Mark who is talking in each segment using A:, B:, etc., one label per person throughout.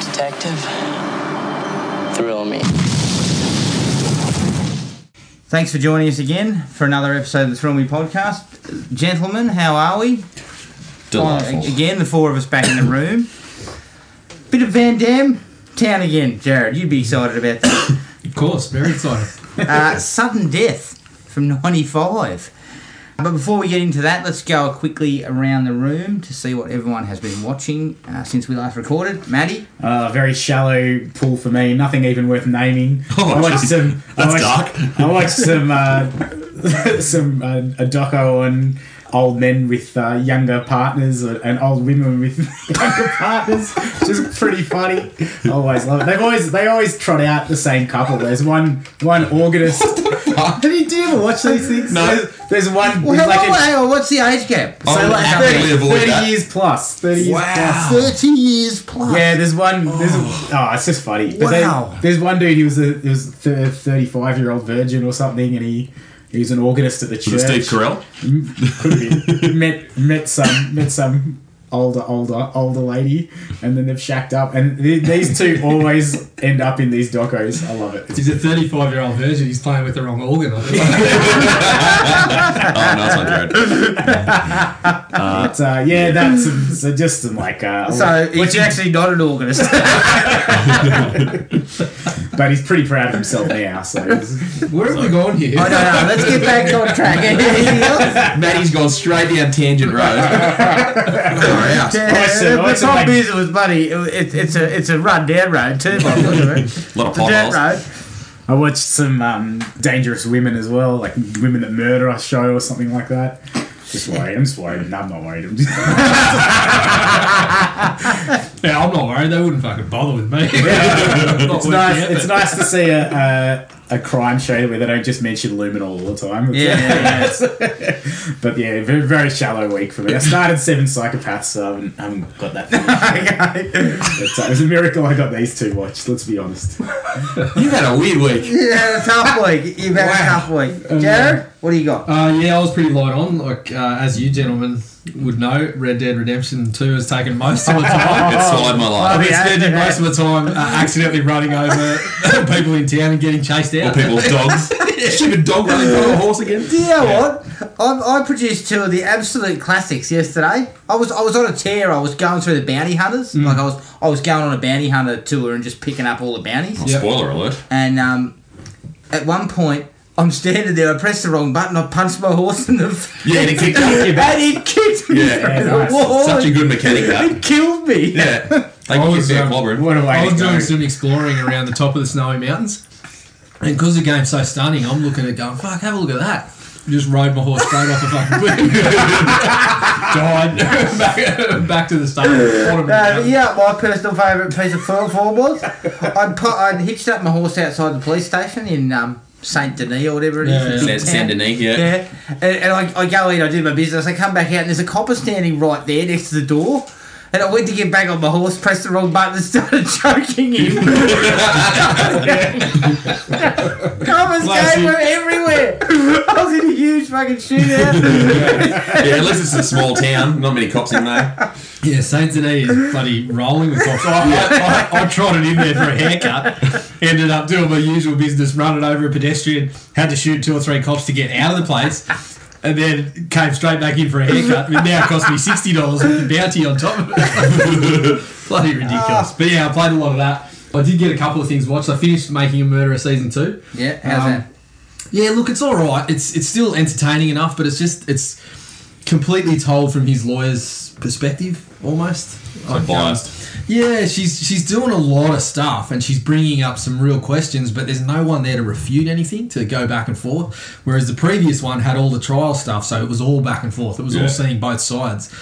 A: detective. Thrill me.
B: Thanks for joining us again for another episode of the Thrill Me podcast. Gentlemen, how are we?
C: Delightful.
B: Uh, again, the four of us back in the room. Bit of Van Dam town again, Jared. You'd be excited about that.
D: Of course, very excited.
B: Uh, sudden death from 95. But before we get into that, let's go quickly around the room to see what everyone has been watching uh, since we last recorded. Maddie?
E: Uh, very shallow pool for me. Nothing even worth naming.
C: Oh,
E: I watched
C: geez.
E: some.
C: That's
E: I watched,
C: dark.
E: I watched some uh, some uh, a doco on old men with uh, younger partners uh, and old women with younger partners, which is pretty funny. I always love it. They've always they always trot out the same couple. There's one one organist. Have you, do you ever watch these things?
C: No.
E: There's, there's one
B: Well,
E: there's
B: how
E: like
B: long-
E: a,
B: hang on, what's the age gap?
C: I
B: So
C: would
B: like
C: have
B: thirty-
C: to be a- avoid
E: 30
C: that.
E: years plus. 30 years plus.
B: 30 years plus.
E: Yeah, there's one. There's oh, it's just funny. But they-
B: Wow.
E: there's one dude. He was a he was a thirty-five year old virgin or something, and he he was an organist at the church.
C: With Steve Carell.
E: Could have been. met met some met some older older older lady, and then they've shacked up. And th- these two always end up in these docos. I love it.
D: He's a 35 year old virgin. He's playing with the wrong organ.
C: Oh, nice one, Jared.
E: But uh, yeah, that's some, so just some like uh,
B: So he's actually not an organist.
E: but he's pretty proud of himself now. So he's-
D: Where have we gone here?
B: I don't know. Let's get back on track. Anything else?
C: Maddie's gone straight down Tangent Road. We're out.
E: Listen,
B: Uh, but
E: listen,
B: Tom
E: mate.
B: Beasley was buddy. It, it's a it's a run down road too. By the look of it. It's
C: lot of
B: a dirt
C: potholes.
B: road.
E: I watched some um, dangerous women as well, like women that murder a show or something like that. Just worried. I'm just worried. No, I'm not worried. I'm just-
D: Yeah, I'm not worried. They wouldn't fucking bother with me.
E: it's nice. It's nice to see a, a a crime show where they don't just mention luminol all the time.
B: Yeah, yeah, yeah.
E: But yeah, very, very shallow week for me. I started Seven Psychopaths, so I haven't, I haven't got that. Far. It's, uh, it was a miracle I got these two watched. Let's be honest.
C: You had a weird week.
B: yeah, tough week. You've had a
D: Wow.
B: tough week. Jared, what do you got?
D: Uh, yeah, I was pretty light on. Like, uh, as you gentlemen would know, Red Dead Redemption 2 has taken most of the time.
C: It swallowed my
D: I've
C: life.
D: been
B: yeah.
D: spending most of the time uh, accidentally running over people in town and getting chased
C: Or
D: out.
C: people's dogs. Stupid dog running over a horse again.
B: Do you know what? I, I produced two of the absolute classics yesterday. I was I was on a tear. I was going through the bounty hunters. Like I was I was going on a bounty hunter tour and just picking up all the bounties.
D: Yep.
C: Spoiler alert.
B: And um, at one point, I'm standing there. I pressed the wrong button. I punched my horse in the face.
C: Yeah, and it kicked up your back.
B: and he kicked me
C: Yeah.
B: through the
E: Yeah, nice.
B: wall.
C: Such a good mechanic,
B: It
C: that.
B: killed me.
C: Yeah. They
D: I
C: can
D: was,
C: get their
D: um,
C: clobbering.
E: What a way
D: I was
E: to go.
D: doing some exploring around the top of the snowy mountains, and because the game's so stunning, I'm looking at it going, "Fuck, have a look at that!" Just rode my horse straight off a fucking cliff, died back, back to the start. of the bottom of the
B: Uh, but
D: mountain.
B: yeah, my personal favourite piece of film form was I'd, put, I'd hitched up my horse outside the police station in um, Saint Denis or whatever it is.
D: Yeah,
B: in
D: yeah.
C: Saint-
B: big
C: Saint
B: town.
C: Denis, yeah.
B: And, and I, I go in, I do my business, I come back out, and there's a copper standing right there next to the door. And I went to get back on my horse, pressed the wrong button, and started choking him. Coppers
D: Classic.
B: came from everywhere. I was in a huge fucking shootout.
C: Yeah, at least it's a small town. Not many cops in there.
D: yeah, Saint Denis is bloody rolling with cops. I, I, I, I trotted in there for a haircut, ended up doing my usual business, running over a pedestrian, had to shoot two or three cops to get out of the place. And then came straight back in for a haircut. It now cost me sixty dollars with the bounty on top of it. Bloody ridiculous. But yeah, I played a lot of that. I did get a couple of things watched. I finished making a murderer season two.
B: Yeah, how's
D: Um,
B: that?
D: Yeah, look, it's all right. It's it's still entertaining enough, but it's just it's completely told from his lawyer's perspective, almost. Like, um,
C: biased.
D: yeah, she's she's doing a lot of stuff, and she's bringing up some real questions, but there's no one there to refute anything to go back and forth. Whereas the previous one had all the trial stuff, so it was all back and forth. It was
C: Yeah.
D: all seeing both sides.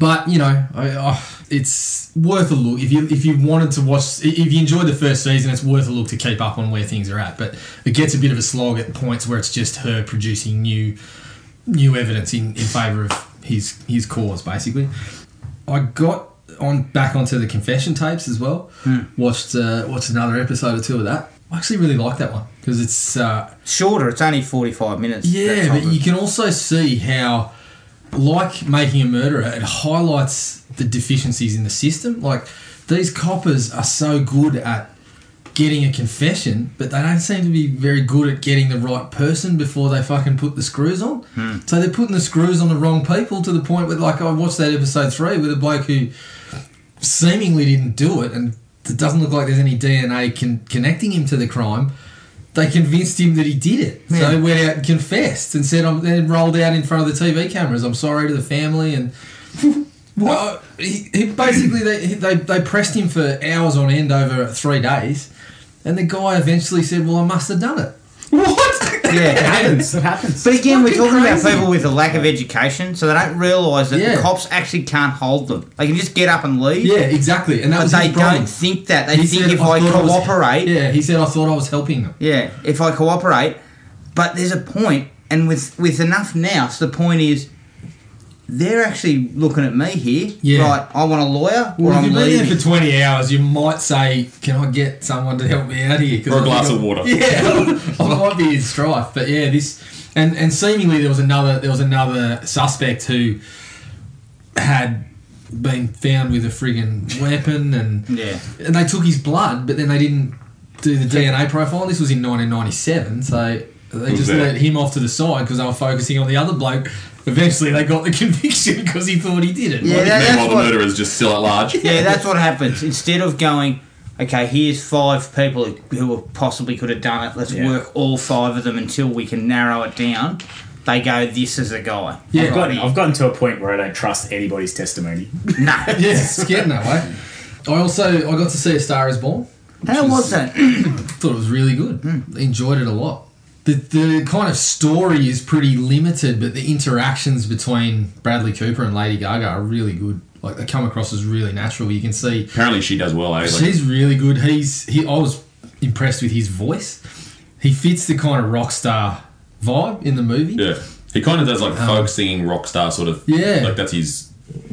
D: But you know, I, oh, it's worth a look if you if you wanted to watch if you enjoyed the first season, it's worth a look to keep up on where things are at. But it gets a bit of a slog at points where it's just her producing new new evidence in, in favour of his his cause, basically. I got on back onto the confession tapes as well. Watched uh, watched another episode or two of that. I actually really like that one because it's. Uh,
B: Shorter, it's only 45 minutes.
D: yeah,
B: That's
D: but
B: all
D: you can also see how like making a murderer, it highlights the deficiencies in the system. Like these coppers are so good at getting a confession, but they don't seem to be very good at getting the right person before they fucking put the screws on. So they're putting the screws on the wrong people to the point where, like, I watched that episode three with a bloke who seemingly didn't do it, and it doesn't look like there's any DNA con- connecting him to the crime. They convinced him that he did it, so
B: Yeah.
D: he went out and confessed and said, "I'm." Then rolled out in front of the TV cameras. I'm sorry to the family and. Well, he, he basically they, they they pressed him for hours on end over three days, and the guy eventually said, "Well, I must have done it." What?
E: It
B: Yeah.
E: happens. It happens.
B: But again, we're
D: fucking
B: talking about
D: crazy.
B: people with a lack of education, so they don't realise that
D: Yeah.
B: the cops actually can't hold them. They can just get up and leave.
D: yeah, exactly. And that
B: But
D: was
B: they
D: his problem.
B: don't think that. They
D: He
B: think
D: said,
B: if I,
D: thought was-
B: cooperate, yeah.
D: yeah, he said I thought I was helping them.
B: if I cooperate. But there's a point, and with with enough now, so the point is, they're actually looking at me here.
D: Yeah.
B: Right, I want a lawyer, or
D: Well, if
B: I'm
D: you've been
B: leaving.
D: there for twenty hours, you might say, "Can I get someone to help me out here?" 'Cause
F: Or a
D: I
F: glass
D: think
F: of
D: I-
F: water.
D: Yeah, I might be in strife, but yeah, this and and seemingly there was another there was another suspect who had been found with a friggin' weapon and
B: Yeah.
D: and they took his blood, but then they didn't do the DNA profile. This was in 1997, so they just
F: that?
D: let him off to the side because they were focusing on the other bloke. Eventually, they got the conviction because he thought he did it.
B: Yeah, that- that's
F: Meanwhile, the
B: what-
F: murderer is just still at large.
B: yeah, that's what happens. Instead of going, okay, here's five people who, who possibly could have done it. Let's work all five of them until we can narrow it down. They go, this is a guy.
D: Yeah.
B: I've
E: I've
B: got
E: gotten,
B: him.
E: I've gotten to a point where I don't trust anybody's testimony.
B: No.
D: yeah, it's getting that way. I also I got to see A Star Is Born.
B: How
D: is-
B: was that?
D: Thought it was really good. Enjoyed it a lot. The the kind of story is pretty limited, but the interactions between Bradley Cooper and Lady Gaga are really good. Like they come across as really natural. You can see
F: Apparently, she does well. Eh? Like,
D: She's really good. He's he. I was impressed with his voice. He fits the kind of rock star vibe in the movie.
F: yeah, he kind of does like folk singing, rock star sort of.
D: Yeah.
F: like that's his.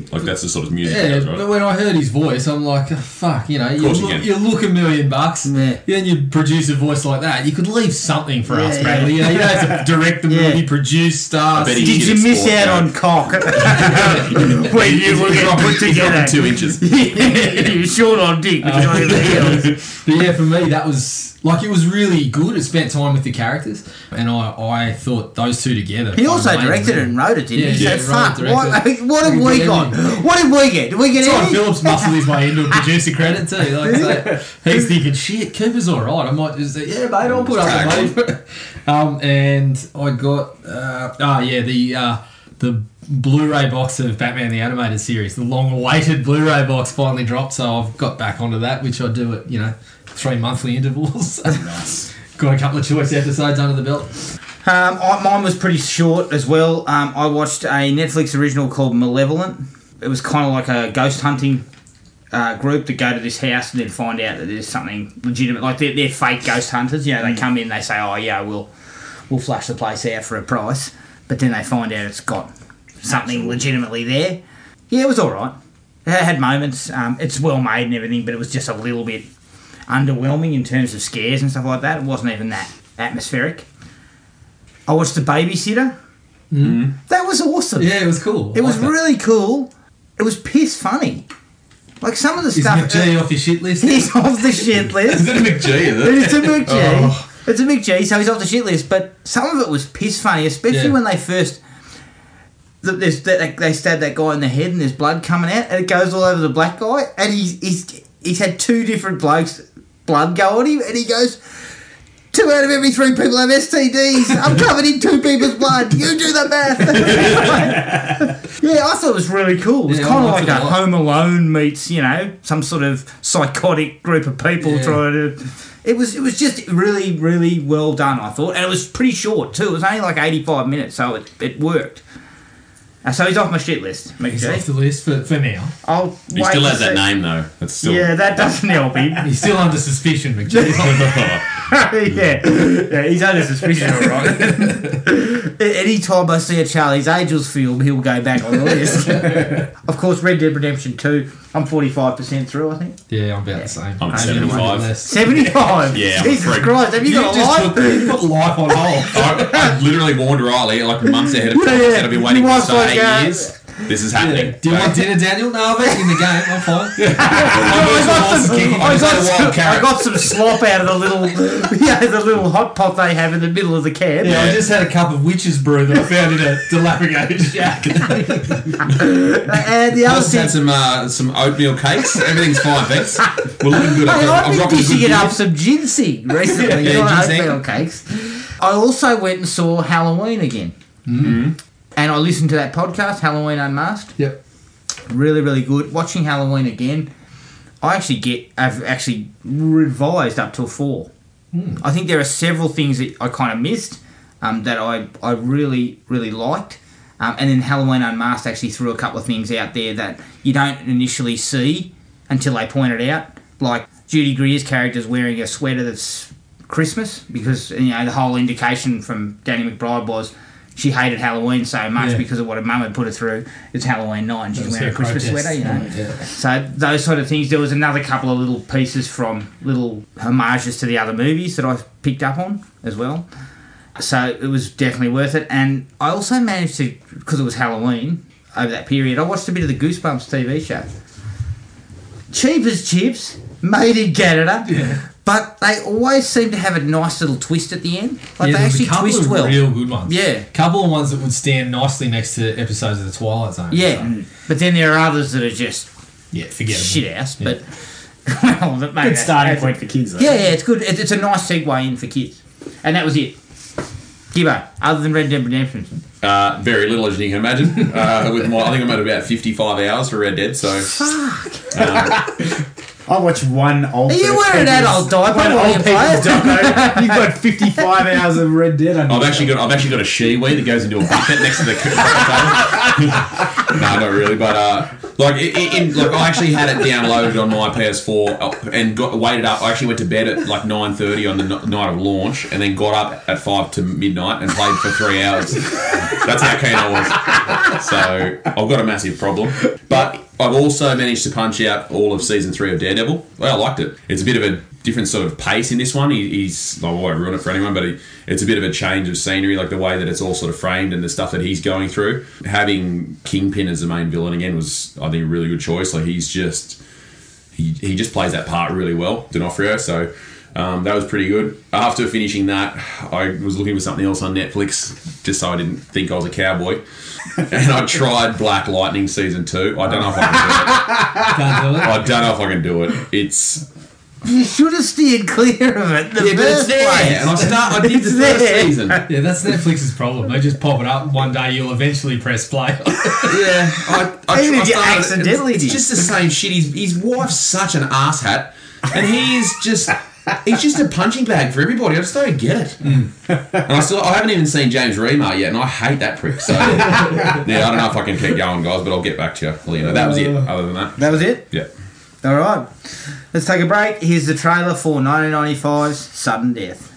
F: Like that's the sort of music.
D: Yeah,
F: he does,
D: but
F: right?
D: when I heard his voice, I'm like, oh, fuck, you know, you
F: course you
D: look,
F: can.
D: you look a million bucks,
B: Yeah.
D: then you produce a voice like that. You could leave something for us,
B: Yeah,
D: Bradley. You know, you don't have to direct the
B: Yeah.
D: movie, produce,
F: I
D: star.
F: bet
D: sing.
F: he-
B: Did you
F: It's
B: miss
F: sport,
B: out
F: yeah.
B: on cock? when you were
F: He's
B: getting
F: dropping-
B: put
F: he's dropping
B: together.
F: two inches.
B: You're short on dick because of everything else.
D: But yeah, for me, that was like it was really good. It spent time with the characters, and I, I thought those two together.
B: He also
D: made a
B: directed it
D: movie.
B: and wrote it, didn't
D: Yeah,
B: he?
D: yeah,
B: so
D: wrote
B: fuck,
D: it,
B: what,
D: directed it.
B: what have
D: He
B: we
D: did
B: got?
D: everything.
B: What did we get? Did we get
D: Todd
B: anything?
D: Phillips muscled his way into a producer credit too. Like, so he's thinking, shit, Cooper's all right. I might just say, yeah, mate, I'll put up with it. um, and I got, uh, ah, yeah, the uh, the Blu-ray box of Batman the Animated Series, the long-awaited Blu-ray box finally dropped, so I've got back onto that, which I do at you know three monthly intervals. nice. Got a couple of choice episodes under the belt.
B: Um, I, mine was pretty short as well. Um, I watched a Netflix original called Malevolent. It was kind of like a ghost hunting uh, group that go to this house and then find out that there's something legitimate. Like they're, they're fake ghost hunters. You know, they come in, they say, "Oh yeah, we'll we'll flush the place out for a price," but then they find out it's got something legitimately there. Yeah, it was all right. It had moments. Um, it's well made and everything, but it was just a little bit underwhelming in terms of scares and stuff like that. It wasn't even that atmospheric. I watched The Babysitter. Mm. That was awesome.
D: Yeah, it was cool. I
B: It was
D: liked
B: really cool. It was piss funny. Like some of the
D: Is
B: stuff. uh,
D: McG off your shit list?
B: He's off the shit
F: Is
B: list.
F: that a McG? Is it?
B: It's a big G.
D: Oh.
B: It's a big G, so he's off the shit list. But some of it was piss funny, especially
D: Yeah.
B: when they first. th- There's, they, they stab that guy in the head and there's blood coming out and it goes all over the black guy and he's he's he's had two different blokes blood go on him and he goes two out of every three people have STDs I'm covered in two people's blood you do the math yeah I thought it was really cool it was
D: Yeah, I
B: kind of
D: liked
B: like
D: it a
B: a
D: lot.
B: Home Alone meets you know some sort of psychotic group of people
D: Yeah.
B: trying to it was it was just really really well done I thought and it was pretty short too it was only like 85 minutes so it, it worked Uh, so he's off my shit list
D: He's
B: McGee.
D: off the list for, for now.
B: I'll
F: He
B: wait
F: still
B: to
F: has that
B: see-
F: name though. That's still.
B: yeah that doesn't help him
D: He's still under suspicion, McGee.
B: yeah. yeah, he's under suspicion, all right. A- Any time I see a Charlie's Angels film, he'll go back on the list. of course, Red Dead Redemption 2, I'm 45% through, I think.
D: Yeah, I'm about the same.
F: I'm at
D: Maybe a little
F: 75.
D: less.
B: 75?
F: Yeah, I'm a
B: Jesus
F: freak.
B: Christ, have you,
D: You
B: got a
D: just
B: life?
D: put, you put life on hold.
F: I, I literally warned Riley like months ahead of time.
B: Yeah,
F: I said I've been waiting
B: you
F: for
B: want
F: this for
B: like,
F: eight
B: uh,
F: years. This is happening.
D: Do you
F: Like,
D: want dinner, Daniel? No, I'm eating the game. I'm fine.
B: I got some, I got
F: Wild
B: some, I
F: carrot.
B: got some slop out of the little, yeah, the little hot pot they have in the middle of the can.
D: Yeah, I
F: Yeah.
D: just had a cup of witch's brew that I found in a dilapidated shack.
B: Uh, And the other
F: Plus
B: thing,
F: had some uh, some oatmeal cakes. Everything's fine, thanks. We're looking good.
B: Hey,
F: I'm,
B: I've
F: I'm
B: been
F: rocking a good
B: dishing it
F: beard.
B: up some ginseng recently.
F: Yeah,
B: you know,
F: ginseng.
B: oatmeal cakes. I also went and saw Halloween again.
F: Mm-hmm.
B: And I listened to that podcast, Halloween Unmasked.
D: yep.
B: Really, really good. Watching Halloween again, I actually get, I've actually revised up till four.
D: Hmm.
B: I think there are several things that I kind of missed um, that I, I really, really liked. Um, and then Halloween Unmasked actually threw a couple of things out there that you don't initially see until they point it out. Like Judy Greer's character's wearing a sweater that's Christmas because, you know, the whole indication from Danny McBride was she hated Halloween so much
D: Yeah.
B: because of what her mum had put her through. It's Halloween night and she's
D: was
B: wearing a
D: her
B: Christmas sweater,
D: protest.
B: you know. So those sort of things. There was another couple of little pieces from little homages to the other movies that I picked up on as well. So it was definitely worth it. And I also managed to, because it was Halloween over that period, I watched a bit of the Goosebumps TV show. Cheap as chips, made in Canada. But they always seem to have a nice little twist at the end. Like
D: yeah,
B: they
D: there's
B: actually
D: a couple
B: twist
D: of
B: well.
D: real good ones.
B: Yeah.
D: couple of ones that would stand nicely next to episodes of The Twilight Zone.
B: yeah.
D: So,
B: But then there are others that are just
D: yeah, forgettable.
B: shit ass.
D: Yeah.
B: But well, that- mate,
E: Good starting
B: that's-
E: point for kids. Though.
B: Yeah, yeah, it's good. It, it's a nice segue in for kids, and that was it. Gibbo, other than Red Dead Redemption,
F: Uh, very little, as you can imagine. Uh, with my, I think I'm at about 55 hours for Red Dead. So
E: I watch one old.
B: you were an adult diaper
E: One
B: while
E: old
B: you
E: people
B: played.
E: doco. You've got fifty-five hours of Red Dead. under
F: I've
E: your
F: actually got I've actually got a shiwi that goes into a bucket next to the cooking table. no, not really, but uh, like i- i- in, like I actually had it downloaded on my PS4 uh, and got waited up. I actually went to bed at like 9:30 on the n- night of launch, and then got up at five to midnight and played for three hours. That's how keen I was. So I've got a massive problem, but I've also managed to punch out all of season three of Daredevil. Well, I liked it. It's a bit of a different sort of pace in this one. He, he's I won't ruin it for anyone, but he, it's a bit of a change of scenery, like the way that it's all sort of framed and the stuff that he's going through. Having Kingpin as the main villain again was, I think, a really good choice. Like he's just he, he just plays that part really well, D'Onofrio. So um, that was pretty good. After finishing that, I was looking for something else on Netflix just so I didn't think I was a cowboy. And I tried Black Lightning season two. I don't know if I can do it.
D: Can't do it.
F: I don't know if I can do it. It's
B: you should have steered clear of it. The
F: yeah, but it's
B: first
F: there.
B: place.
F: And I start. I did the
B: It's
F: first
B: there.
F: season.
D: Yeah, that's Netflix's problem. They just pop it up one day. You'll eventually press play.
F: Yeah, I, I,
B: Even
F: I
B: if you
F: started-
B: accidentally
F: it's,
B: did.
F: it's just the same shit. His, his wife's such an asshat, and he is just. He's just a punching bag for everybody. I just don't get it.
B: Hmm.
F: And I still, I haven't even seen James Remar yet, and I hate that prick. So, yeah, I don't know if I can keep going, guys, but I'll get back to you. Well, you know, that was it. Other than that,
B: That was it.
F: yeah.
B: All right, let's take a break. Here's the trailer for 1995's Sudden Death.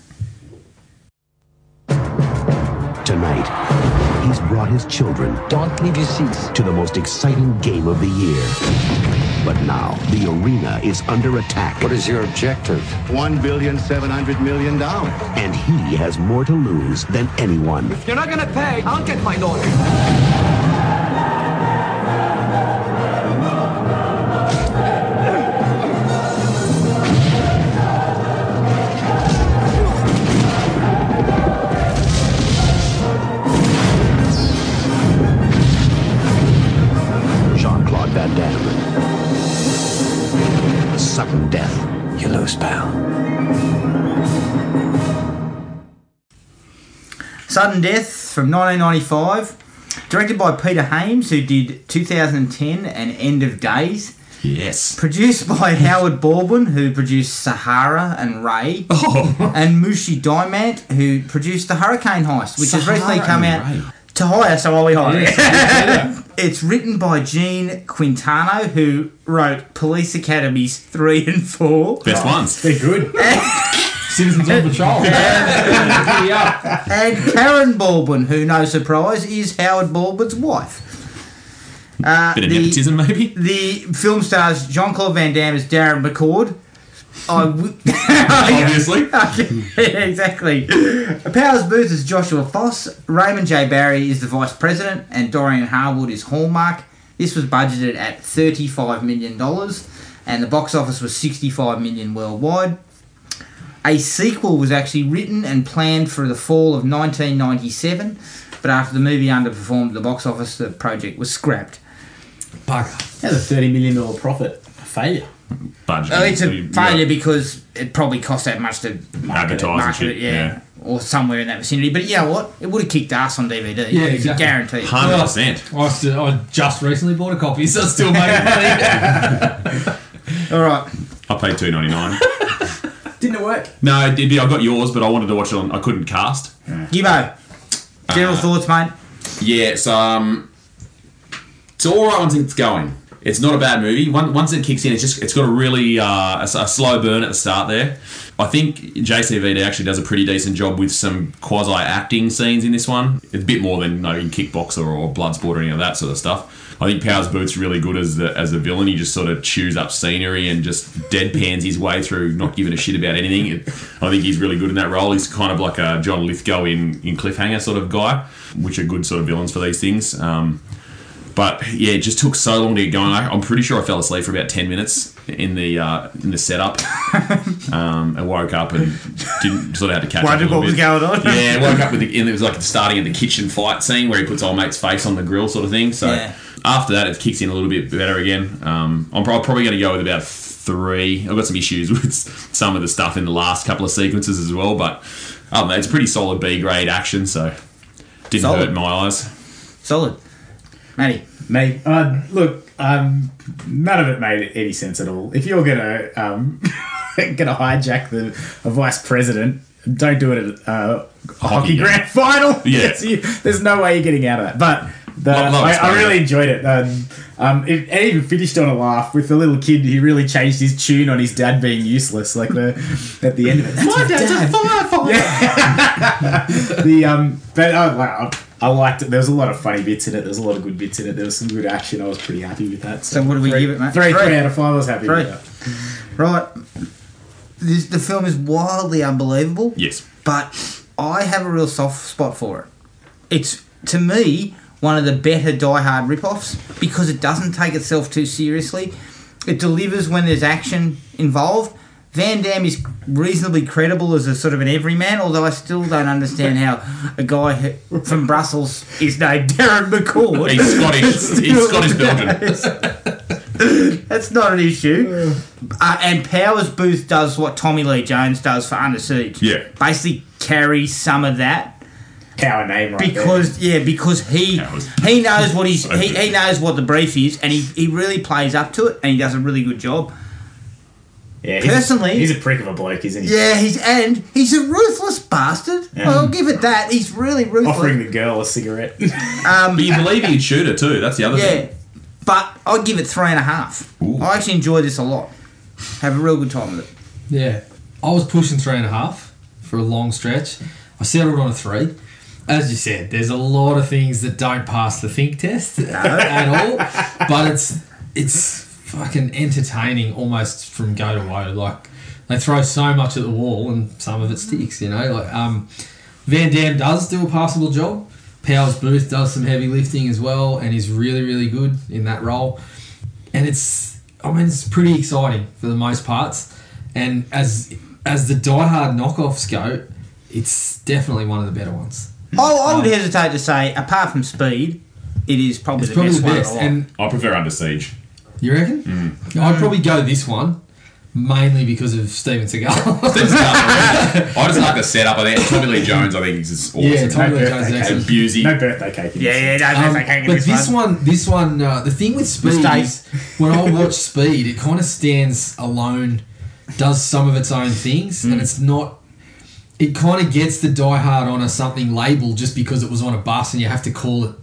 G: Tonight, he's brought his children. Don't leave your seats. To the most exciting game of the year. But now, the arena is under attack. What is your objective? One billion, seven hundred million dollars. And he has more to lose than anyone.
H: You're not gonna pay. I'll get my daughter.
G: Jean Claude Van Damme. Sudden death. You lose, pal.
B: Sudden Death from 1995, directed by Peter Hames, who did 2010 and End of Days.
F: Yes.
B: Produced by Howard Baldwin, who produced Sahara and Ray,
F: Oh.
B: and Mushi Diamant, who produced The Hurricane Heist, which has
F: Sahara
B: recently come
F: and
B: out
F: Ray.
B: to hire. So are we hiring? it's written by Gene Quintano, who wrote Police Academies three and four,
F: Best ones.
E: They're good.
D: Citizens on patrol.
B: and Karen Baldwin, who no surprise is Howard Baldwin's wife. Uh,
F: Bit of
B: the-
F: nepotism, maybe.
B: The film stars Jean Claude Van Damme as Darren McCord. I w-
F: Obviously.
B: yeah, exactly. Powers Booth is Joshua Foss. Raymond J. Barry is the vice president, and Dorian Harwood is Hallmark. This was budgeted at thirty-five million dollars, and the box office was sixty-five million worldwide. A sequel was actually written and planned for the fall of 1997, but after the movie underperformed at the box office, the project was scrapped.
D: Bugger.
E: That's a thirty million dollar profit. A failure.
I: Budget.
B: Oh, it's a
I: You- you got-
B: failure because it probably cost that much to market
I: Advertise
B: it,
I: and
B: market
I: shit,
B: it, yeah. Or somewhere in that vicinity. But you know what? It would have kicked ass on DVD.
D: Yeah, exactly.
B: Guaranteed.
F: 100%.
D: I, still, I just recently bought a copy, so it's still making money.
B: All right.
I: I paid two ninety nine.
E: Didn't it work?
I: no, it did. I got yours, but I wanted to watch it on. I couldn't cast.
B: Gibbo, general
I: Uh,
B: thoughts, mate?
F: Yeah, it's um, it's all right once it's going. It's not a bad movie. Once, once it kicks in, it's just it's got a really uh, a, s- a slow burn at the start there. I think JCVD actually does a pretty decent job with some quasi acting scenes in this one. It's a bit more than you know, in Kickboxer or Bloodsport or any of that sort of stuff. I think Powers Booth's really good as the as the villain. He just sort of chews up scenery and just deadpans his way through, not giving a shit about anything. It- I think he's really good in that role. He's kind of like a John Lithgow in in Cliffhanger sort of guy, which are good sort of villains for these things. Um, but yeah, it just took so long to get going. I, I'm pretty sure I fell asleep for about ten minutes in the uh, in the setup. um, I woke up and didn't sort of had to catch
B: Wondered
F: up. a little
B: what was
F: bit.
B: going on.
F: Yeah, I woke up with the, and it was like starting at the kitchen fight scene where he puts old mate's face on the grill, sort of thing. So
B: Yeah.
F: after that, it kicks in a little bit better again. Um, I'm prob- probably going to go with about three. I've got some issues with some of the stuff in the last couple of sequences as well, but other than that, it's pretty solid B grade action. So didn't
B: Solid.
F: hurt my eyes.
B: Solid. Matty.
E: Me. Uh, look, um, none of it made any sense at all. If you're gonna um, gonna hijack the a vice president, don't do it at uh, a hockey
F: game.
E: grand final.
F: Yeah.
E: It's- you- there's no way you're getting out of that. But the,
F: Love- love
E: I, I
F: Australia.
E: really enjoyed it. Um, um, it. It even finished on a laugh with the little kid. He really changed his tune on his dad being useless. Like the at the end of it. That's my dad's dad. the um, but uh, wow, I liked it. There was a lot of funny bits in it. There was a lot of good bits in it. There was some good action. I was pretty happy with that.
B: So what do we give it, mate?
E: Three,
B: Three.
E: three out of five. I was happy
B: Three.
E: with that.
B: Right. This, the film is wildly unbelievable.
I: Yes.
B: But I have a real soft spot for it. It's, to me, one of the better Die Hard rip-offs because it doesn't take itself too seriously. It delivers when there's action involved. Van Damme is reasonably credible as a sort of an everyman, although I still don't understand how a guy who- from Brussels is named Darren McCord.
F: He's Scottish. He's Scottish Belgian.
B: That's not an issue. Uh, and Powers Booth does what Tommy Lee Jones does for Under Siege.
I: Yeah.
B: Basically carries some of that
E: Power name right
B: because yeah, because he
I: Powers.
B: he knows what he's he, he knows what the brief is and he, he really plays up to it and he does a really good job.
E: there. Yeah, he's-
B: personally-
E: he's a prick of a bloke, isn't he?
B: Yeah, he's and he's a ruthless bastard. I'll give it that. He's really ruthless.
E: Offering the girl a cigarette.
F: But you believe he'd shoot her too. That's the other thing.
B: Yeah, but I'd give it three and a half. I actually enjoy this a lot. Have a real good time with it.
D: yeah. I was pushing three and a half for a long stretch. I settled on a three. As you said, there's a lot of things that don't pass the think test at all, but it's it's fucking entertaining almost from go to woe. Like they throw so much at the wall, and some of it sticks. You know, like um, Van Dam does do a passable job. Powers Booth does some heavy lifting as well, and is really really good in that role. and it's I mean it's pretty exciting for the most parts. And as as the Die Hard knockoffs go, it's definitely one of the better ones.
B: Oh, I would hesitate to say, apart from speed, it is probably
D: It's
B: the
D: probably
B: best
D: the
B: one of
D: best.
B: the lot. Mm.
D: And
I: I prefer Under Siege.
D: you reckon? I'd probably go this one mainly because of Steven Seagal.
F: Steve's got- I just like the setup. I think Tommy Lee Jones. I think is just awesome.
D: yeah, Tommy Lee
E: Okay.
D: Jones is
F: and
D: excellent.
F: busey.
E: no birthday cake. in
B: Yeah,
E: this.
B: yeah, no,
D: Um,
B: that's okay.
D: but this one, this one, uh, the thing with Speed
B: Mistakes.
D: is when I watch Speed, it kind of stands alone, does some of its own things, and it's not. It kind of gets the Die Hard on a something label just because it was on a bus, and you have to call it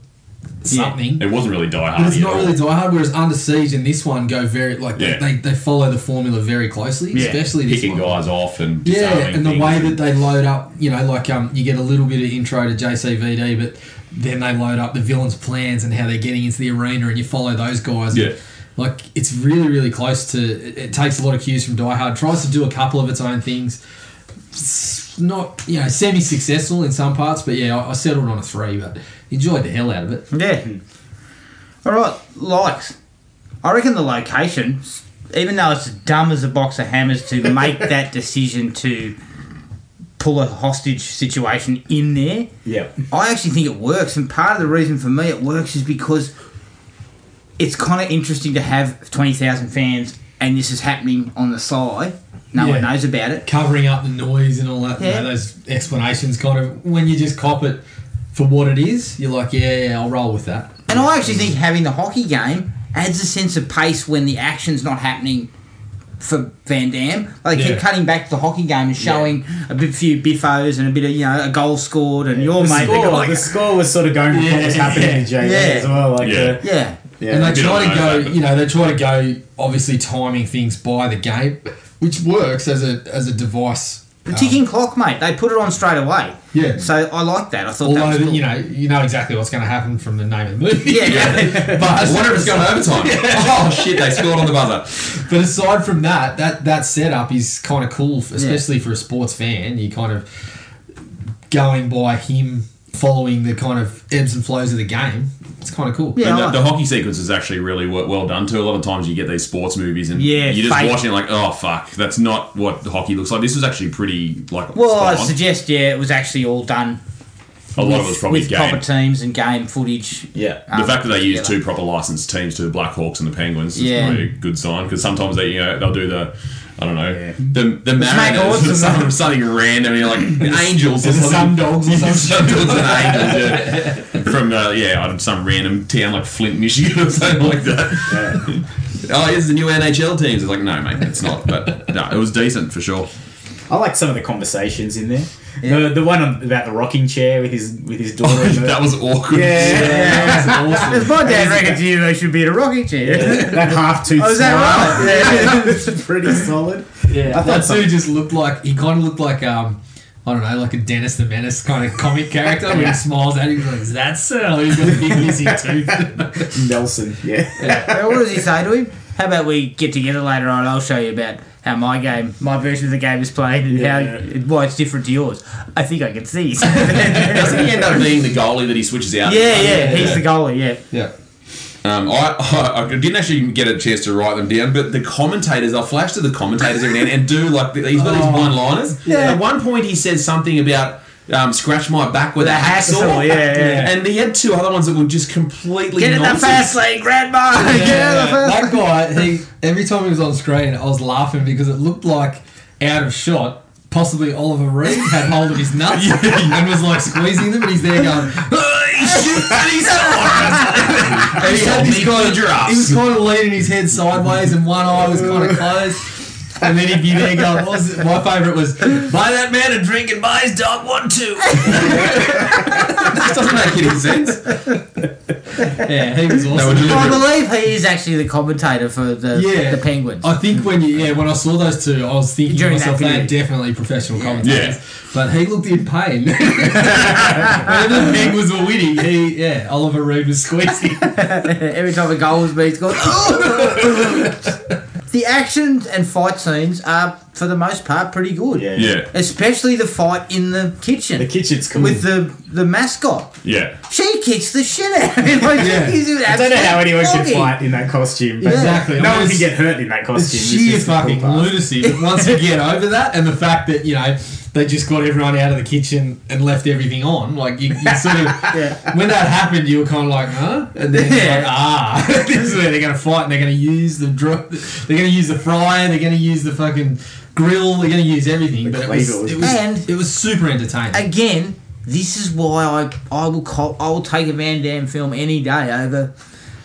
D: something.
I: It wasn't really Die Hard.
D: But it's
I: at
D: not
I: all.
D: really Die Hard, whereas Under Siege and this one go very like
I: Yeah.
D: they, they follow the formula very closely,
B: Yeah.
D: especially this
I: picking
D: one.
I: guys off and
D: Yeah,
I: disarming
D: and the
I: things.
D: way that they load up, you know, like um, you get a little bit of intro to JCVD, but then they load up the villains' plans and how they're getting into the arena, and you follow those guys.
I: Yeah.
D: And, like it's really, really close to. It, it takes a lot of cues from Die Hard. Tries to do a couple of its own things. It's not, you know, semi-successful in some parts, but yeah, I, I settled on a three, but enjoyed the hell out of it.
B: Yeah. All right, likes. I reckon the location, even though it's dumb as a box of hammers to make that decision to pull a hostage situation in there,
E: Yeah.
B: I actually think it works. And part of the reason for me it works is because it's kind of interesting to have 20,000 fans and this is happening on the side. No one
D: Yeah.
B: knows about it.
D: covering up the noise and all that. you know,
B: Yeah.
D: those explanations kind of when you just cop it for what it is, you're like, yeah, yeah I'll roll with that.
B: And I actually think having the hockey game adds a sense of pace when the action's not happening for Van Dam. Like they
D: Yeah.
B: keep cutting back to the hockey game and showing a bit few biffos and a bit of you know a goal scored and your
E: The
B: mate.
E: score,
B: like,
E: the score was sort of going with what was
D: Yeah.
E: happening in JV
B: Yeah.
E: as well. Like,
I: Yeah.
E: uh,
B: yeah,
E: yeah.
D: And they
I: Bit
D: try
I: of
D: to
I: a
D: go,
I: no-brainer.
D: you know, they try to go obviously timing things by the game, which works as a as a device.
B: the ticking clock, mate. They put it on straight away.
D: Yeah.
B: So I like that. I thought that
D: Although
B: was cool.
D: you know, you know exactly what's going to happen from the name of the movie.
B: Yeah.
D: but
F: I wonder if it's going to overtime. Oh shit! They scored on the buzzer.
D: But aside from that, that that setup is kind of cool, especially for a sports fan. You kind of going by him following the kind of ebbs and flows of the game. It's kind of cool.
B: Yeah.
I: And the, the hockey sequence is actually really well, well done too. A lot of times you get these sports movies and
B: Yeah,
I: you're just
B: fake.
I: watching like, oh fuck, that's not what the hockey looks like. This was actually pretty like
B: well, I
I: spot on.
B: suggest yeah, it was actually all done.
I: a lot of
B: with-
I: it was probably
B: with
I: game.
B: proper teams and game footage.
E: Yeah.
I: the fact that they used two proper licensed teams to the Blackhawks and the Penguins is
B: Yeah.
I: probably a good sign because sometimes they you know they'll do the I don't know
E: Yeah.
I: the the
B: horse
I: Mariners or
B: and
I: something, something random and you're like Angels or
D: The
I: something.
D: Sundogs or
I: Yeah,
D: something.
I: Sundogs and Angels yeah. from uh, yeah out of some random town like Flint, Michigan or something like that. oh, here's the new NHL teams. It's like no, mate, it's not. But no, it was decent for sure.
E: I like some of the conversations in there. The, the one on, about the rocking chair with his with his daughter. and the-
I: that was awkward.
E: yeah,
B: Yeah. Because my dad reckons you they should be at a rocket chair.
E: that half tooth.
B: Oh, is that
E: that right? it's pretty solid.
D: Yeah,
E: I thought
D: that dude just looked like he kind of looked like um. I don't know, like a Dennis the Menace kind of comic character when he smiles at him, he's like, "That's so." He's got a big missing tooth.
E: Nelson. Yeah.
B: Now, what does he say to him? How about we get together later on? I'll show you about how my game, my version of the game is played, and
E: Yeah.
B: how why it's different to yours. I think I can see. yeah,
F: Doesn't he end up being the goalie that he switches out?
B: yeah, he's the goalie. Yeah,
D: yeah,
F: Um, I, I, I didn't actually get a chance to write them down, but the commentators, I'll flash to the commentators every now and, and do like, he's got these one liners.
B: Oh. Yeah.
F: At one point, he says something about um, scratch my back with a hacksaw.
B: hacksaw, yeah, yeah.
F: And he had two other ones that were just completely
B: get in the
F: nonsense.
B: fast lane, grandma. get in the fast
D: That guy, he every time he was on screen, I was laughing because it looked like out of shot. Possibly Oliver Reed had hold of his nuts and was like squeezing them, and he's there going. and he had this kind of
F: giraffes.
D: He was kind of leaning his head sideways, and one eye was kind of closed. And then he'd be there going, what was it? my favourite was, buy that man a drink and buy his dog one too.
F: That doesn't make any sense.
D: Yeah, he was
F: They were
D: awesome.
B: lane. I
F: deliberate.
B: believe he is actually the commentator for the
D: Yeah.
B: the Penguins.
D: I think when you yeah, when I saw those two, I was thinking
B: During
D: to myself,
B: that
D: they are
B: period.
D: definitely professional commentators.
I: Yeah.
D: But he looked in pain. Whenever the Penguins were winning, he yeah, Oliver Reed was squeezing.
B: Every time a goal was made, it's going. "Oh!" the action and fight scenes are, for the most part, pretty good.
E: Yeah.
I: Yeah,
B: Especially the fight in the kitchen.
E: The kitchen's cool.
B: with the the mascot.
I: yeah.
B: She kicks the shit out of him. Like,
D: Yeah.
B: he's an
E: I don't know how anyone could
B: absolute
E: fight in that costume. But
D: Exactly.
E: No
D: I mean,
E: one can
D: it's-
E: get hurt in that
D: It's
E: costume. It's
D: sheer
E: just the cool
D: fucking
E: part.
D: lunacy. But once you get over that, and the fact that you know they just got everyone out of the kitchen and left everything on, like you, you sort of when that happened, you were kind of like, huh? And then you're like, ah, this is where they're going to fight, and they're going to use the dr- they're going to use the fryer, they're going to use the fucking grill, they're going to use everything. but it was,
E: cleaver was-
D: it was
B: And-
D: it was super entertaining.
B: Ogre. Again, this is why I I will call, I will take a Van Damme film any day over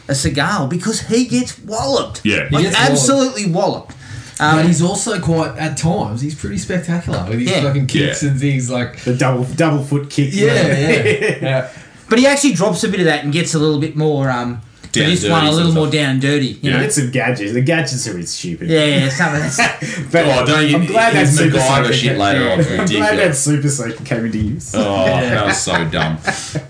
B: a Seagal because he gets walloped.
I: Yeah. He
B: like,
D: gets walloped.
B: absolutely walloped.
D: but he's also quite at times he's pretty spectacular with his
B: Yeah.
D: fucking kicks
I: Yeah.
D: and things like.
E: The double double foot kick.
D: Yeah, yeah, yeah.
B: But he actually drops a bit of that and gets a little bit more. Um, for
F: Down
B: this
F: dirty
B: one a little
F: sometimes.
B: more down and dirty. You
E: You
B: know?
E: get some gadgets. The gadgets are really stupid.
B: Yeah, yeah, it's not, that's,
E: But
F: Oh, don't you-
E: I'm glad that
F: his
E: Super
F: MacGyver
E: Soaker
F: shit
E: came-
F: later on was
E: I'm glad that
F: ridiculous.
E: Super Soaker came into use.
F: Oh, that was so dumb.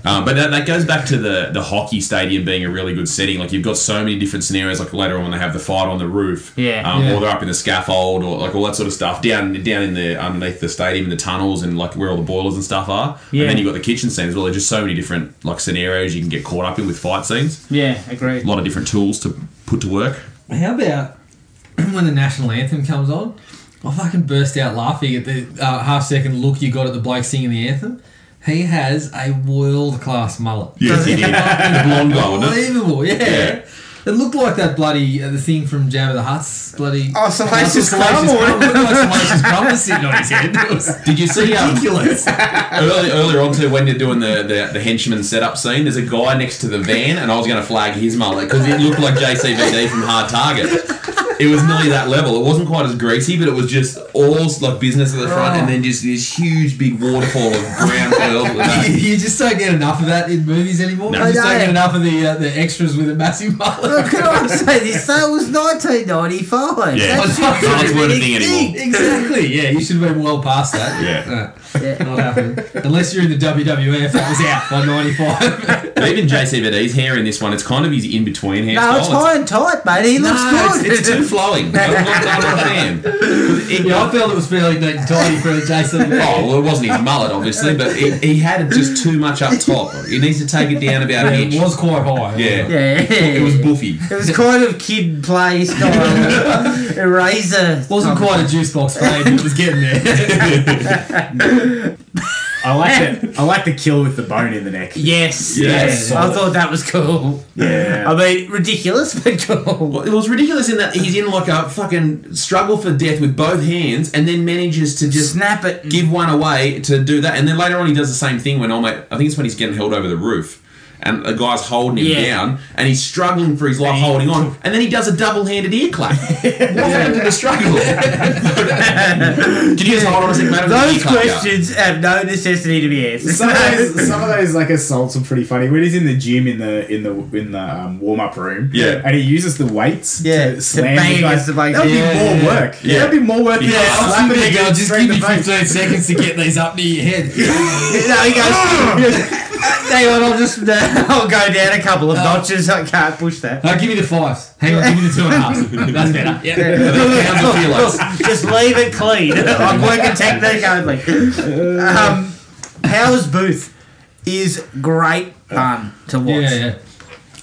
F: Um, but that, that goes back to the, the hockey stadium being a really good setting. Like you've got so many different scenarios. Like later on when they have the fight on the roof,
B: Yeah.
F: um,
D: Yeah.
F: or they're up in the scaffold, or like all that sort of stuff down down in the underneath the stadium in the tunnels and like where all the boilers and stuff are.
B: Yeah.
F: And then you've got the kitchen scenes. Well, there's just so many different like scenarios you can get caught up in with fight scenes.
B: yeah, agreed.
F: A lot of different tools to put to work.
D: How about when the national anthem comes on? I fucking burst out laughing at the uh, half second look you got at the bloke singing the anthem. He has a world class mullet.
F: Yes, he did. the blonde guy, wasn't it?
D: Unbelievable, yeah.
F: Yeah.
D: It looked like that bloody uh, the thing from Jabba the Hutt's bloody.
B: Oh, Salacious
D: Salacious
B: Crumb,
D: Crumb. It looked like Salacious Crumb was sitting on his head. It was
F: Did you see um,
D: ridiculous.
F: Early, earlier on, too, when you're doing the, the, the henchman setup scene, there's a guy next to the van, and I was going to flag his mullet because it looked like JCVD from Hard Target. It was nearly that level. It wasn't quite as greasy, but it was just all like business at the front, and then just this huge big waterfall of brown curls. at the back.
D: you just don't get enough of that in movies anymore.
F: No.
D: You just don't
B: No.
D: get enough of the uh, the extras with a massive mullet.
B: Look, I'm saying this. That was 1995.
F: Yeah.
B: That
F: It's not
B: shit's
F: worth a thing
B: extinct.
F: anymore.
D: exactly. Yeah, you should have been well past that.
F: Yeah.
D: Uh, Not happening. Unless you're in the WWF, that was out by '95.
F: But even JCVD's hair in this one, it's kind of his in between hair.
B: No, it's high and tight, mate. He
F: No,
B: looks
F: it's,
B: good.
F: it's too flowing. I'm not, I'm not a fan. It-
D: yeah, I felt it was fairly neat and tidy for a Jason.
F: Oh, well, it wasn't his mullet, obviously, but he, he had just too much up top. He needs to take it down about an inch.
D: it was quite high.
F: Yeah.
B: yeah.
F: It was buffy.
B: It was kind of kid play style. Eraser. Oh.
D: Wasn't quite a juice box fade, but it was getting there.
E: I like that. I like the kill with the bone in the neck.
B: Yes.
F: Yes.
B: Yes. I thought that was cool.
E: Yeah.
B: I mean, ridiculous, but cool.
F: Well, it was ridiculous in that he's in like a fucking struggle for death with both hands and then manages to just
B: Snap it. and-
F: give one away to do that. And then later on, he does the same thing when Olmec, I think it's when he's getting held over the roof. And the guy's holding him
B: Yeah.
F: down, and he's struggling for his life,
B: he-
F: holding on, and then he does a double-handed ear clap. What happened to the struggle? Did you just hold on a second? mate? Ear
B: Those
F: clap, yeah.
B: questions have no necessity to be answered.
E: Some of those, some of those like assaults are pretty funny. When he's in the gym in the in the in the um, warm up room,
F: Yeah.
E: and he uses the weights,
B: Yeah, to
E: to slam
B: bang
E: the guy.
B: against the weight.
E: That'd
D: Yeah,
E: be more
D: yeah,
E: work.
F: yeah.
E: That'd be more work. than
F: Yeah, I'll
E: slapping a dude
D: Just
E: straight in
D: give me
E: the face.
D: 15 seconds to get these up near your head.
B: No, he goes. he goes, Hang on, I'll just no, I'll go down a couple of notches. I can't push that.
D: No, give me the fives. Hang on, give me the two and a half. That's better. Yeah.
F: Pounds and kilos.
B: just leave it clean. I'm working technique only. Um, Powers Booth is great fun to watch.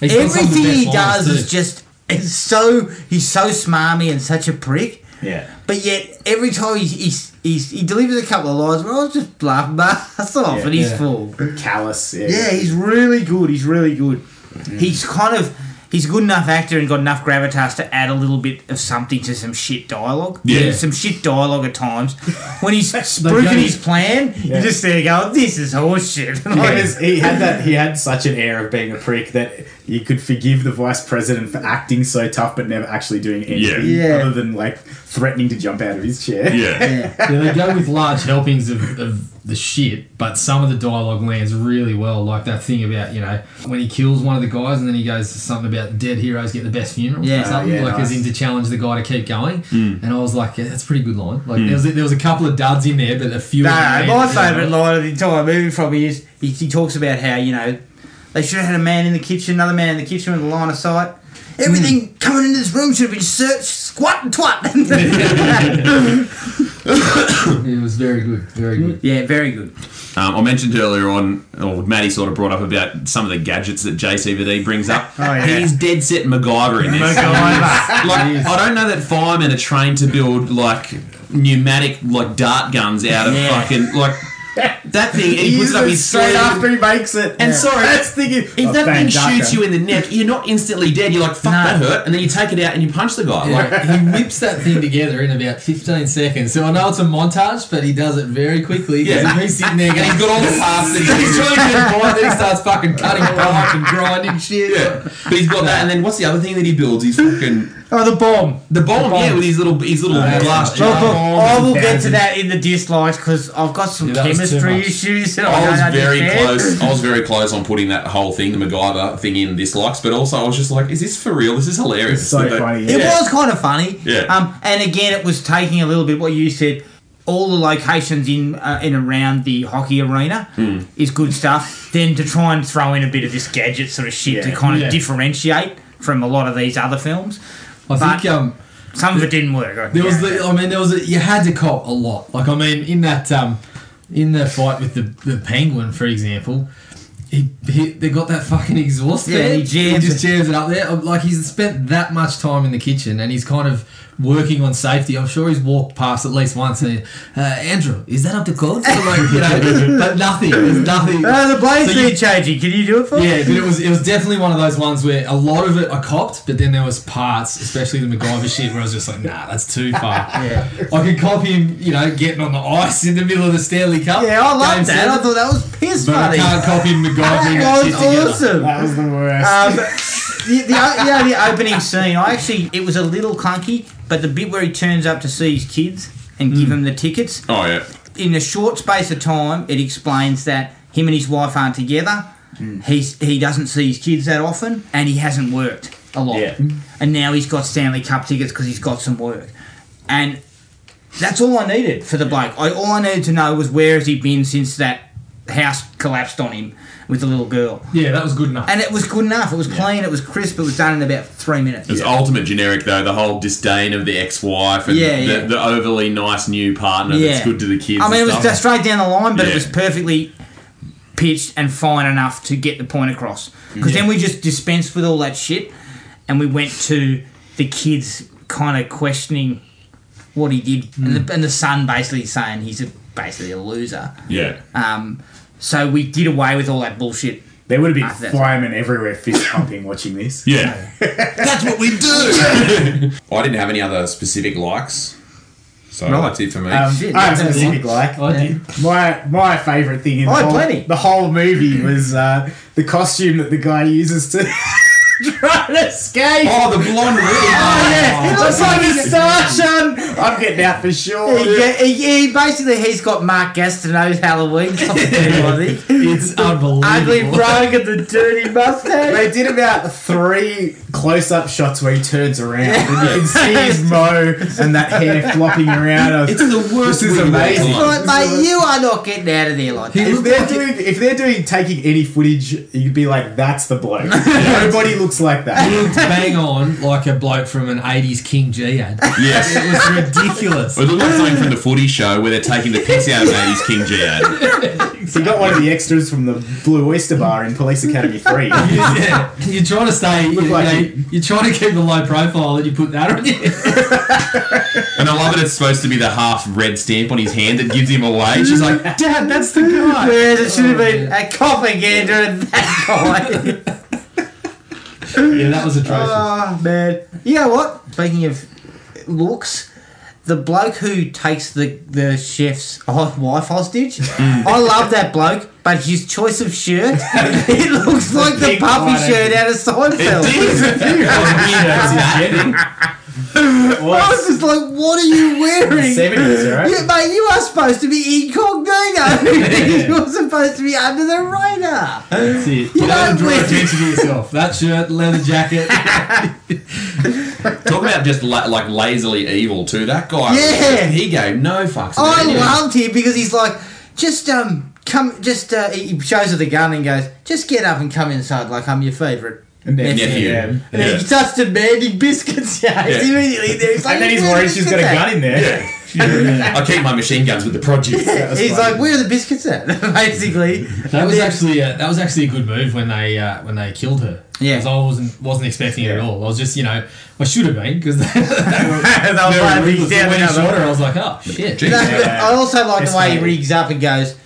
D: Yeah, yeah. He's got some of the
B: Everything he
D: best lines,
B: does is
D: too.
B: just it's so he's so smarmy and such a prick.
E: Yeah.
B: But yet, every time he, he's, he's, he delivers a couple of lines where I was just laughing my ass off
E: Yeah.
B: and he's
D: Yeah.
B: full.
E: Callous. Yeah.
B: Yeah, he's really good. He's really good. He's kind of he's a good enough actor and got enough gravitas to add a little bit of something to some shit dialogue.
F: Yeah.
B: some shit dialogue at times. When he's
D: go-
B: spruiking his plan,
E: Yeah.
B: you just there going, "This is horseshit."
E: Like,
B: Like,
E: his- Oh, he had that. He had such an air of being a prick that you could forgive the vice president for acting so tough, but never actually doing anything
B: Yeah. Yeah.
E: other than like threatening to jump out of his chair.
F: Yeah.
D: yeah, they go with large helpings of, of the shit, but some of the dialogue lands really well. Like that thing about, you know, when he kills one of the guys and then he goes something about dead heroes get the best funeral.
B: Yeah.
D: or something,
E: Oh, yeah,
D: like as
E: nice.
D: in to challenge the guy to keep going. And I was like, yeah, that's a pretty good line. Like there, was a, there was a couple of duds in there, but a few.
B: No,
D: of
B: my
D: them landed, you know.
B: favourite line of the entire movie probably is he, he talks about how, you know, they should have had a man in the kitchen, another man in the kitchen with a line of sight. Everything coming into this room should have been searched, squat and twat.
D: It was very good, very good.
B: yeah, very good.
F: Um, I mentioned earlier on, or Maddie sort of brought up about some of the gadgets that JCVD brings up.
B: Oh, yeah.
F: He's dead set MacGyver in this. like, I don't know that firemen are trained to build like pneumatic like dart guns out of
B: Yeah.
F: fucking like that thing. He,
E: He
F: puts
E: uses
F: it up
E: it
F: his
E: straight
F: sleeve.
E: after he makes it.
F: And sorry,
E: that's the thing.
F: If that thing shoots you in the neck, you're not instantly dead. You're like, fuck,
B: No.
F: that hurt. And then you take it out and you punch the guy. Like,
D: Like, he whips that thing together in about 15 seconds. So I know it's a montage, but he does it very quickly.
F: Yeah.
D: Yeah. He's sitting there
F: and
D: going,
F: he's got all the parts that
D: he's
F: he's
D: trying to get it right, then he starts fucking cutting pipe and grinding shit.
F: Yeah, but he's got that, and then what's the other thing that he builds? He's fucking
B: Oh, the bomb.
I: The bomb, yeah, with his little his little glass
B: Look, look,
I: jar.
B: I will get to that in the dislikes because I've got some
D: Yeah, that was too
B: chemistry
D: much.
B: issues. That I,
I: I was
B: don't
I: very
B: understand.
I: close. I was very close on putting that whole thing, the MacGyver thing, in dislikes, but also I was just like, "Is this for real? This is hilarious."
E: So
I: That they-
E: funny.
B: It
E: Yeah.
B: was kind of funny.
I: Yeah.
B: Um, and again, it was taking a little bit what you said. All the locations in uh, and around the hockey arena is good stuff. Then to try and throw in a bit of this gadget sort of shit to
E: Yeah.
B: kind of
D: Yeah.
B: differentiate from a lot of these other films,
D: I
B: But-
D: think um,
B: some of it didn't work.
D: there was the. I mean, there was. A, you had to cop a lot. Like I mean, in that um, in the fight with the, the penguin, for example. He, he, they got that fucking exhaust
B: Yeah,
D: there.
B: he jams
D: just jams it up there. I'm Like he's spent that much time in the kitchen, and he's kind of working on safety. I'm sure he's walked past at least once. And uh, Andrew, is that up to code? So like, you know, but nothing. There's nothing.
B: Oh, the blades
D: So you-
B: need changing. Can you do it for me?
D: Yeah, but it was it was definitely one of those ones where a lot of it I copped, but then there was parts, especially the MacGyver shit, where I was just like, nah, that's too far.
B: Yeah.
D: I could cop him, you know, getting on the ice in the middle of the Stanley Cup.
B: Yeah, I
D: Game
B: loved that. I
D: seven,
B: thought that was piss
D: but I
B: funny.
D: can't cop him MacGyvering
B: That
D: that shit
B: was
D: together.
B: awesome.
E: That was the worst.
B: Um, the, the, yeah, the opening scene, I actually, it was a little clunky, but the bit where he turns up to see his kids and give them the tickets,
I: Oh yeah.
B: in a short space of time, it explains that him and his wife aren't together. He's, he doesn't see his kids that often, and he hasn't worked a lot. Hmm.
E: Yeah.
B: And now he's got Stanley Cup tickets because he's got some work. And that's all I needed for the bloke. I, all I needed to know was where has he been since that house collapsed on him with the little girl.
D: Yeah, that was good enough.
B: And it was good enough. It was clean. It was crisp. It was done in about three minutes.
I: It's ultimate generic though. The whole disdain of the ex-wife and
B: Yeah,
I: the,
B: yeah.
I: the overly nice new partner that's good to the kids.
B: I mean, it
I: and
B: was
I: stuff.
B: just straight down the line, but it
I: Yeah.
B: was perfectly pitched and fine enough to get the point across. Because then we just dispensed with all that shit, and we went to the kids kind of questioning what he did, and, the, and the son basically saying he's a, basically a loser.
I: yeah.
B: Um, so we did away with all that bullshit.
E: there would
B: Ah,
E: have been
B: that's-
E: firemen everywhere fist pumping watching this.
I: Yeah. That's what we do. I didn't have any other specific likes. So
B: Right.
I: that's it for me.
E: Um,
B: Oh, Shit,
E: I have
B: that's a
E: specific like.
D: I did.
E: Oh, My my favourite thing in the
B: Oh,
E: whole,
B: plenty.
E: the whole movie was uh, the costume that the guy uses to try to escape.
I: oh, the blonde wig.
B: Oh,
E: yeah, it looks like a starch on. I'm getting out for sure.
B: He, ge- he, he basically he's got Mark Gastineau's Halloween costume, I think.
D: it's unbelievable.
B: Ugly brogue and the dirty mustache.
E: They did about three close-up shots where he turns around and you can see his mo and that hair flopping around. I was-
I: It's the worst
E: This is
I: wig of all
E: amazing.
I: time.
B: Like, mate, you are not getting out of there like that.
E: if they're doing if they're doing taking any footage, you'd be like, that's the bloke. Nobody looks like
D: He
E: that.
D: looked bang on like a bloke from an 80s King G ad.
I: Yes.
D: It was ridiculous.
I: It looked like something from the footy show where they're taking the piss out of Maddie's King G ad.
E: He got one of the extras from the Blue Oyster Bar in Police Academy Three.
D: yeah. You're trying to stay, you,
E: Look
D: you
E: like
D: know,
E: you-
D: you're trying to keep a low profile and you put that on it.
I: And I love it. It's supposed to be the half red stamp on his hand that gives him away. She's like, Dad, that's the guy.
B: Whereas it should have
D: Oh,
B: been a cop again doing that guy.
D: Yeah, that was atrocious.
B: oh, man. You know what? Speaking of looks, the bloke who takes the, the chef's ho- wife hostage,
D: Mm.
B: I love that bloke, but his choice of shirt, it looks like the
E: big
B: puffy
E: one,
B: shirt out of Seinfeld. I was just like, what are you wearing?
E: Seventies, right?
B: You, mate, you are supposed to be incognito. You're supposed to be under the radar.
D: That's it.
B: You
D: You don't
B: don't
D: draw
B: win.
D: attention to yourself. That shirt, leather jacket.
I: Talk about just la- like lazily evil too. That guy,
B: Yeah.
I: he gave no fucks.
D: Oh,
B: I
I: about it.
B: loved him because he's like, just um, come, just uh, he he shows her the gun and goes, just get up and come inside, like I'm your favourite. And
E: then-
I: nephew.
E: Yeah.
I: Yeah.
B: And he starts demanding biscuits. Yeah, he's
I: Yeah.
B: immediately there. He's like,
E: And then he's
B: "Where's
E: worried
B: the
E: she's got a
B: biscuits
E: gun
B: at?"
E: in there.
I: I keep my machine guns with the produce.
E: That's
B: He's
E: funny.
B: like, where are the biscuits at? Basically,
D: That was
B: And then-
D: actually a, that was actually a good move when they uh, when they killed her.
B: Yeah.
D: 'Cause I wasn't wasn't expecting it at all. I was just you know I should have been because they, they were
B: And I'm
D: they
B: like,
D: were
B: he's
D: rigged. So
B: down
D: when he
B: another
D: shot her, I was like, oh shit.
I: Jeez.
B: No, but I also like the way he
E: Escalated.
B: rigs up and goes,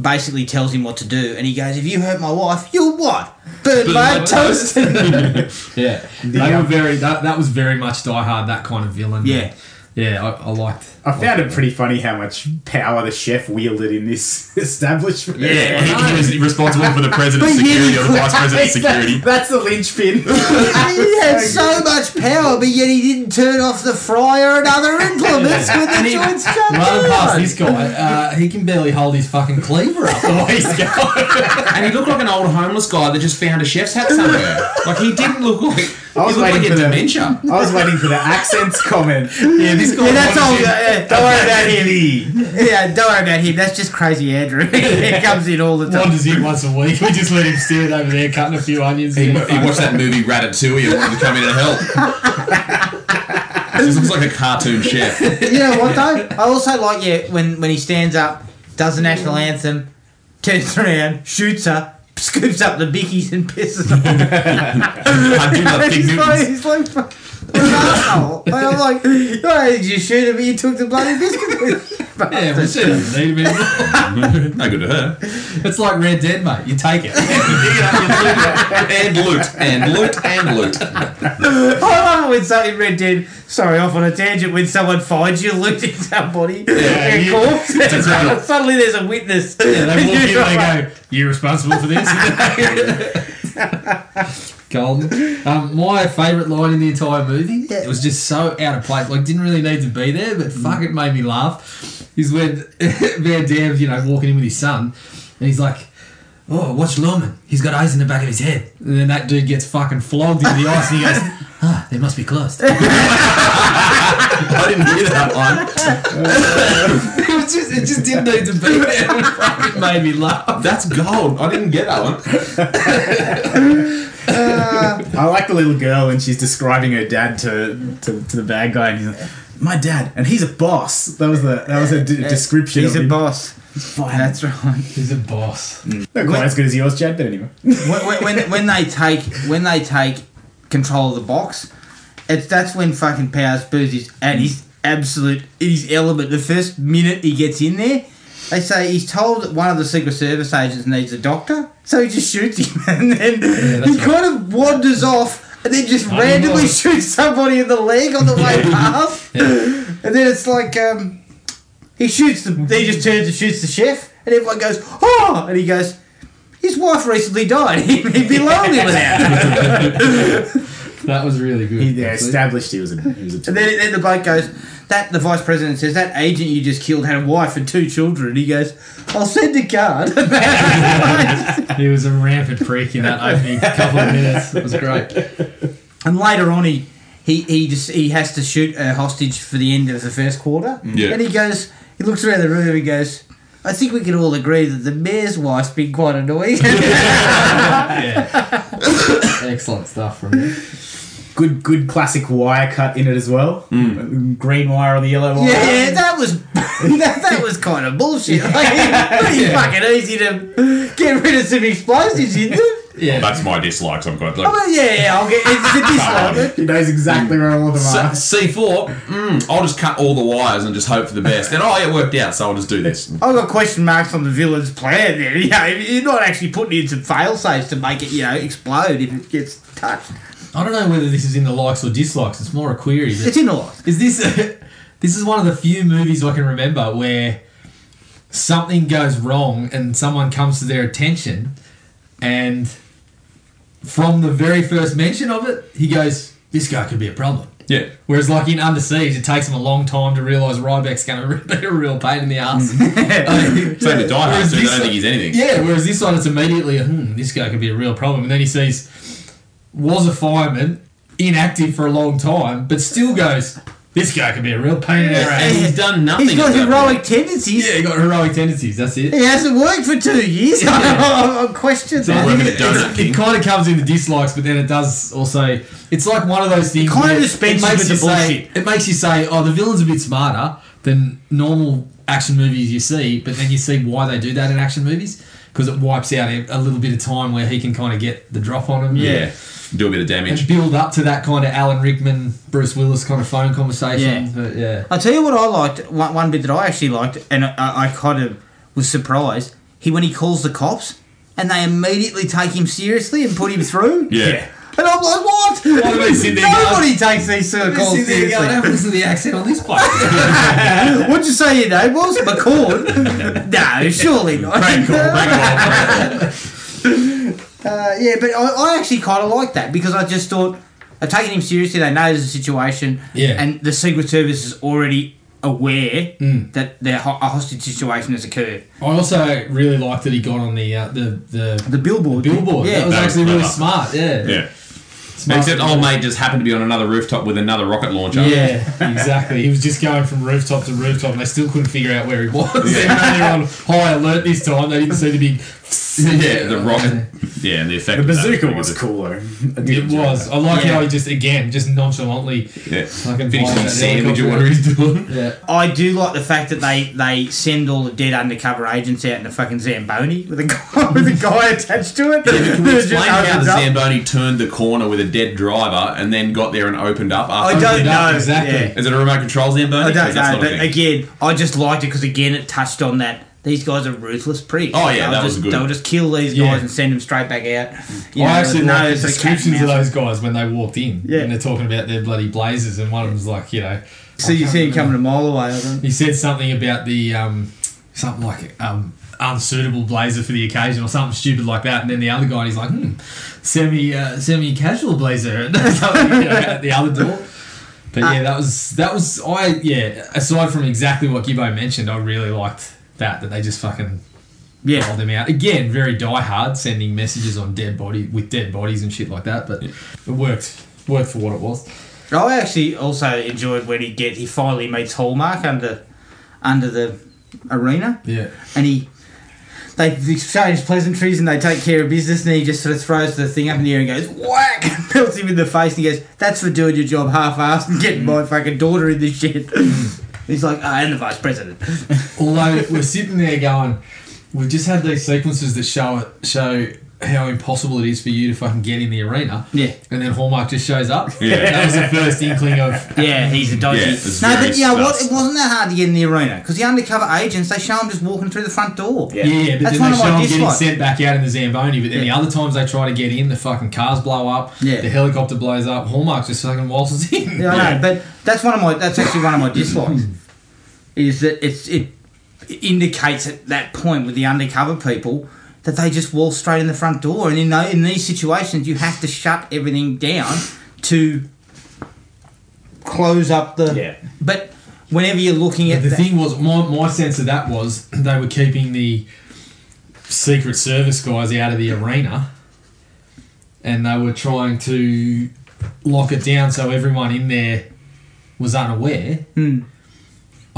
B: basically tells him what to do, and he goes, "If you hurt my wife, you'll what? Burn my
I: my
B: toast."
D: Yeah, they were very that, that was very much Die Hard that kind of villain.
B: yeah,
D: Yeah, I, I liked.
E: I found it pretty funny how much power the chef wielded in this establishment.
I: Yeah, he, he was responsible for the president's security or the vice president's security.
E: That's the linchpin.
B: He had so much power, but yet he didn't turn off the fryer and other implements when the joints shut
D: Running past
B: down.
D: this guy, uh, he can barely hold his fucking cleaver up the way he's going.
I: And he looked like an old homeless guy that just found a chef's hat somewhere. like he didn't look like he
E: I was
I: looked like
E: waiting
I: he
E: for
I: had
E: the-
I: dementia.
E: I was waiting for the accents comment.
D: yeah, this guy.
B: Yeah, that's all. Yeah,
D: wanted him-
B: don't worry about him. Yeah, don't worry about him. That's just crazy Andrew. he comes in all the time.
D: Wanders in once a week. We just let him stand over there cutting a few onions.
I: He, he
D: in the fucking-
I: watched that movie Ratatouille and wanted to come in and help. This looks like a cartoon chef.
B: You know what though? I also like yeah when when he stands up, does the national anthem, turns around, shoots her. Scoops up the bickies and pisses them.
I: I do love Big
B: he's
I: Newtons.
B: like, he's like, what an asshole. Like, I'm like, why did you shoot him? But you took the bloody biscuit.
D: Yeah, we see him. Need him.
I: No good to her.
D: It's like Red Dead, mate. You take it.
I: And loot. And loot. And loot.
B: I love it when something Red Dead. Sorry, off on a tangent. When someone finds you looting somebody, and
D: you-
B: corpse,
D: right.
B: suddenly there's a witness.
D: Yeah, they walk in and they go, You're responsible for this? Golden. Um, my favourite line in the entire movie, it was just so out of place. Like, didn't really need to be there, but fuck, it made me laugh. Is when Van Damme's, you know, walking in with his son, and he's like, Oh, watch Lawman. He's got eyes in the back of his head. And then that dude gets fucking flogged into the ice, and he goes, Ah, they must be closed.
I: I didn't hear that one.
D: it, was just, it just didn't need to be there. It fucking made me laugh.
I: That's gold. I didn't get that one.
E: I like the little girl when she's describing her dad to, to, to the bad guy, and he's like, "My dad, and he's a boss." That was the that was a d- description.
B: He's
E: of
B: a
E: him.
B: boss. That's right.
D: He's a boss.
E: Not quite as good as yours, Chad, but anyway.
B: When, when- when, when they take when they take control of the box, it's that's when fucking Powers Booze is at his absolute in his element. The first minute he gets in there, they say he's told that one of the Secret Service agents needs a doctor, so he just shoots him, and then he kind of wanders off. And then just randomly
D: know.
B: shoots somebody in the leg on the way past. And then it's like, um, he shoots the, he just turns and shoots the chef, and everyone goes, oh! And he goes, his wife recently died. He'd be lonely without her.
D: That was really good.
E: He yeah, established he was a he was a.
B: And then, then the bloke goes, that the vice president says, that agent you just killed had a wife and two children. And he goes, I'll send a card.
D: He was a rampant freak in that opening couple of minutes. It was great.
B: and later on, he, he, he just he has to shoot a hostage for the end of the first quarter.
I: Yeah.
B: And he goes, he looks around the room and goes, I think we can all agree that the mayor's wife's been quite annoying.
D: Yeah. Excellent stuff from him.
E: good good classic wire cut in it as well. Green wire or the yellow wire.
B: Yeah, that was that, that was kind of bullshit. Like, it's pretty fucking easy to get rid of some explosives, isn't it?
D: Yeah.
I: That's my dislikes. I'm quite
B: I
F: Oh,
B: mean, yeah, yeah, I'll get it's a dislike.
E: He knows exactly where all of them are.
I: C four. Mm, I'll just cut all the wires and just hope for the best. And oh, it worked out, so I'll just do this.
B: I've got question marks on the villain's plan there. You know, if you're not actually putting in some fail safes to make it, you know, explode if it gets touched.
D: I don't know whether this is in the likes or dislikes. It's more a query. but-
B: It's in all.
D: Is this? this is one of the few movies I can remember where something goes wrong and someone comes to their attention, and from the very first mention of it, he goes, "This guy could be a problem."
I: Yeah.
D: Whereas, like in Under Siege, it takes him a long time to realise Ryback's going to be a real pain in the ass.
I: So the die hard,
D: Whereas
I: so they
D: this-
I: don't think he's anything.
D: Yeah, whereas this one, it's immediately, hmm, this guy could be a real problem. And then he sees, was a fireman, inactive for a long time, but still goes, this guy could be a real pain in our
I: And
D: ass.
I: he's done nothing.
B: He's got
I: at that
B: heroic
I: point.
B: tendencies.
D: Yeah, he got heroic tendencies, that's it.
B: It hasn't worked for two years. I'm questioning
D: So I
B: that.
D: think
I: Working
D: it,
I: at Donut
D: it's-
I: King.
D: it kind of comes into dislikes, but then it does also. It's like one of those things.
B: kinda
D: where
B: dispenses with
D: you
B: the
D: say, it makes you say, "Oh, the villain's a bit smarter than normal action movies you see," but then you see why they do that in action movies because it wipes out a a little bit of time where he can kind of get the drop on him.
I: Yeah. Do a bit of damage.
D: and build up to that kind of Alan Rickman, Bruce Willis kind of phone conversation.
B: Yeah.
D: but yeah.
B: I'll tell you what I liked. One, one bit that I actually liked, and I, I kind of was surprised. He when he calls the cops, and they immediately take him seriously and put him through.
I: Yeah.
B: And I'm like, what?
I: Why do they sit there?
B: Nobody takes these sort of
D: This
B: calls
D: is the, I
B: seriously.
D: don't listen to the accent on this place.
B: What'd you say your name was? McCord? no, surely not. Uh, yeah, but I, I actually kind of like that because I just thought they're taking him seriously. They know there's a situation,
D: Yeah.
B: and the Secret Service is already aware that their ho- a hostage situation has occurred.
D: I also really liked that he got on the uh, the the
B: The billboard,
D: billboard.
B: yeah,
D: that was
I: That was
D: actually really
I: clever.
D: smart. Yeah, "Oh,
I: Yeah.
D: Smart
I: Except old mate just happened to be on another rooftop with another rocket launcher.
D: Yeah, exactly. He was just going from rooftop to rooftop, and they still couldn't figure out where he was. Even though they were on high alert this time, they didn't seem to be.
I: Yeah, the rocket. Yeah, the effect.
E: The
I: of that
E: bazooka
I: pretty
E: was
I: good.
E: cool though.
D: It was. I like
B: Yeah.
D: how he just again just nonchalantly
I: Yeah.
D: fucking
I: Finishing
D: fires that
I: sandwich or
D: helicopter.
I: whatever he's doing.
D: Yeah.
B: I do like the fact that they, they send all the dead undercover agents out in the fucking Zamboni with a guy with a guy attached to it.
I: Can we explain how the Zamboni turned the corner with a dead driver and then got there and opened up
B: I
I: after?
B: don't
D: Opened up,
B: know
D: exactly.
B: yeah.
I: Is it a remote control Zamboni?
B: I don't
I: Because that's
B: know,
I: not a
B: but
I: thing.
B: again, I just liked it because again, it touched on that. These guys are ruthless pricks.
I: Oh, yeah,
B: They'll
I: that was
B: just,
I: good.
B: They'll just kill these
D: Yeah.
B: guys and send them straight back out. You know,
D: I actually
B: no
D: like the
B: sort of cat
D: descriptions of
B: and mouse.
D: those guys when they walked in.
B: Yeah.
D: And they're talking about their bloody blazers, and one of them's like, you know,
B: So you see him coming a mile away. I think.
D: he said something about the um, something like um, unsuitable blazer for the occasion or something stupid like that, and then the other guy he's like, hmm, semi uh, semi casual blazer and something, you know, at the other door. But yeah, that was that was I yeah. Aside from exactly what Gibbo mentioned, I really liked that that they just fucking rolled
B: Yeah,
D: them out again. Very diehard, sending messages on dead body with dead bodies and shit like that. But it worked worked for what it was.
B: I actually also enjoyed when he get he finally meets Hallmark under under the arena.
D: Yeah,
B: and he they exchange pleasantries and they take care of business and he just sort of throws the thing up in the air and goes whack and pelts him in the face and he goes that's for doing your job half-assed and getting my fucking daughter in this shit he's like I am the vice president
D: Although we're sitting there going, we've just had these sequences that show it show how impossible it is for you to fucking get in the arena.
B: Yeah.
D: And then Hallmark just shows up. Yeah. that was the first inkling of
B: yeah he's a dodgy
I: Yeah, it's
B: no
I: very
B: but yeah what,
I: sus.
B: it wasn't that hard to get in the arena because the undercover agents they show him just walking through the front door
D: yeah, yeah but
B: That's
D: then
B: one
D: they
B: of
D: show
B: my
D: them getting
B: dislikes.
D: sent back out in the Zamboni. But then
B: Yeah.
D: the other times they try to get in, the fucking cars blow up.
B: Yeah.
D: The helicopter blows up. Hallmark just fucking waltzes in.
B: Yeah, I know, but that's one of my that's actually one of my dislikes. is that it's it indicates at that point with the undercover people that they just walk straight in the front door, and in tho- in these situations you have to shut everything down to close up the.
E: Yeah.
B: But whenever you're looking at
D: the
B: that-
D: thing was my, my sense of that was they were keeping the secret service guys out of the arena and they were trying to lock it down so everyone in there was unaware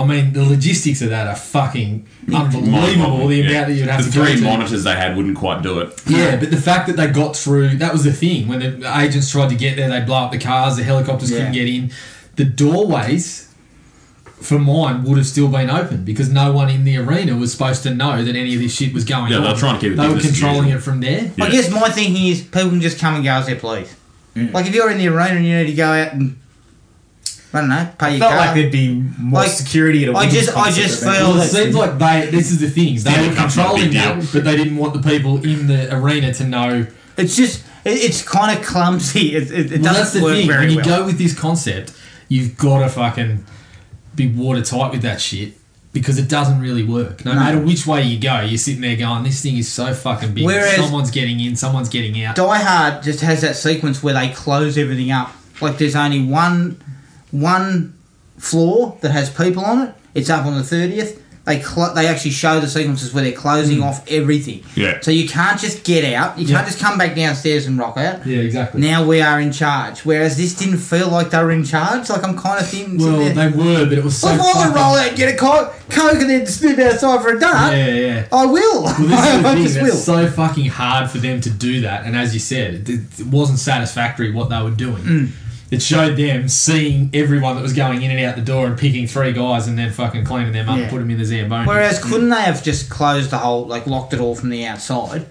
D: I mean, the logistics of that are fucking unbelievable. The amount that you'd have
I: the
D: to go
I: three
D: to.
I: monitors they had wouldn't quite do it.
D: Yeah, but the fact that they got through, that was the thing. When the- the agents tried to get there, they blow up the cars, the helicopters couldn't
B: Yeah.
D: get in. The doorways for mine would have still been open because no one in the arena was supposed to know that any of this shit was going
I: Yeah,
D: on.
I: they're trying to keep it
D: They were
I: business as
D: controlling
I: usual.
D: it from there.
B: I guess my thinking is people can just come and go as they please. Like if you're in the arena and you need to go out and I don't know, pay your
E: Felt
B: car.
E: like there'd be more
B: Like,
E: security at a
B: I
E: women's
B: just- I
E: concert
B: just
E: event.
B: feel-
D: Well, it
B: that's-
D: seems like they. This is the thing. They
I: Stanley
D: were
I: Cup's not a
D: controlling
I: big deal.
D: that, but they didn't want the people in the arena to know
B: It's just it, it's kind of clumsy. It, it, it
D: well, that's
B: doesn't
D: the
B: work
D: thing.
B: very
D: When you
B: well.
D: go with this concept, you've got to fucking be watertight with that shit because it doesn't really work. No, matter which way you go, you're sitting there going, "This thing is so fucking big.
B: Whereas-
D: someone's getting in, someone's getting out."
B: Die Hard just has that sequence where they close everything up. Like there's only one one floor that has people on it. It's up on the thirtieth. They cl- they actually show the sequences where they're closing off everything.
I: Yeah.
B: So you can't just get out. You
D: Hmm. Yeah.
B: can't just come back downstairs and rock out.
D: Yeah, exactly.
B: Now we are in charge. Whereas this didn't feel like they were in charge. Like I'm kind of thinking.
D: well, they were, but it was so.
B: If I
D: fucking-
B: can roll out, and get a coke, coke, and then sniff outside for a dart.
D: Yeah, yeah.
B: I will.
D: Well, this is the
B: I
D: thing.
B: just
D: It's
B: will.
D: so fucking hard for them to do that. And as you said, it, it wasn't satisfactory what they were doing.
B: Mm.
D: It showed them seeing everyone that was going in and out the door and picking three guys and then fucking cleaning them up
B: Yeah.
D: and put them in the Zamboni.
B: Whereas couldn't they have just closed the whole, like locked it all from the outside,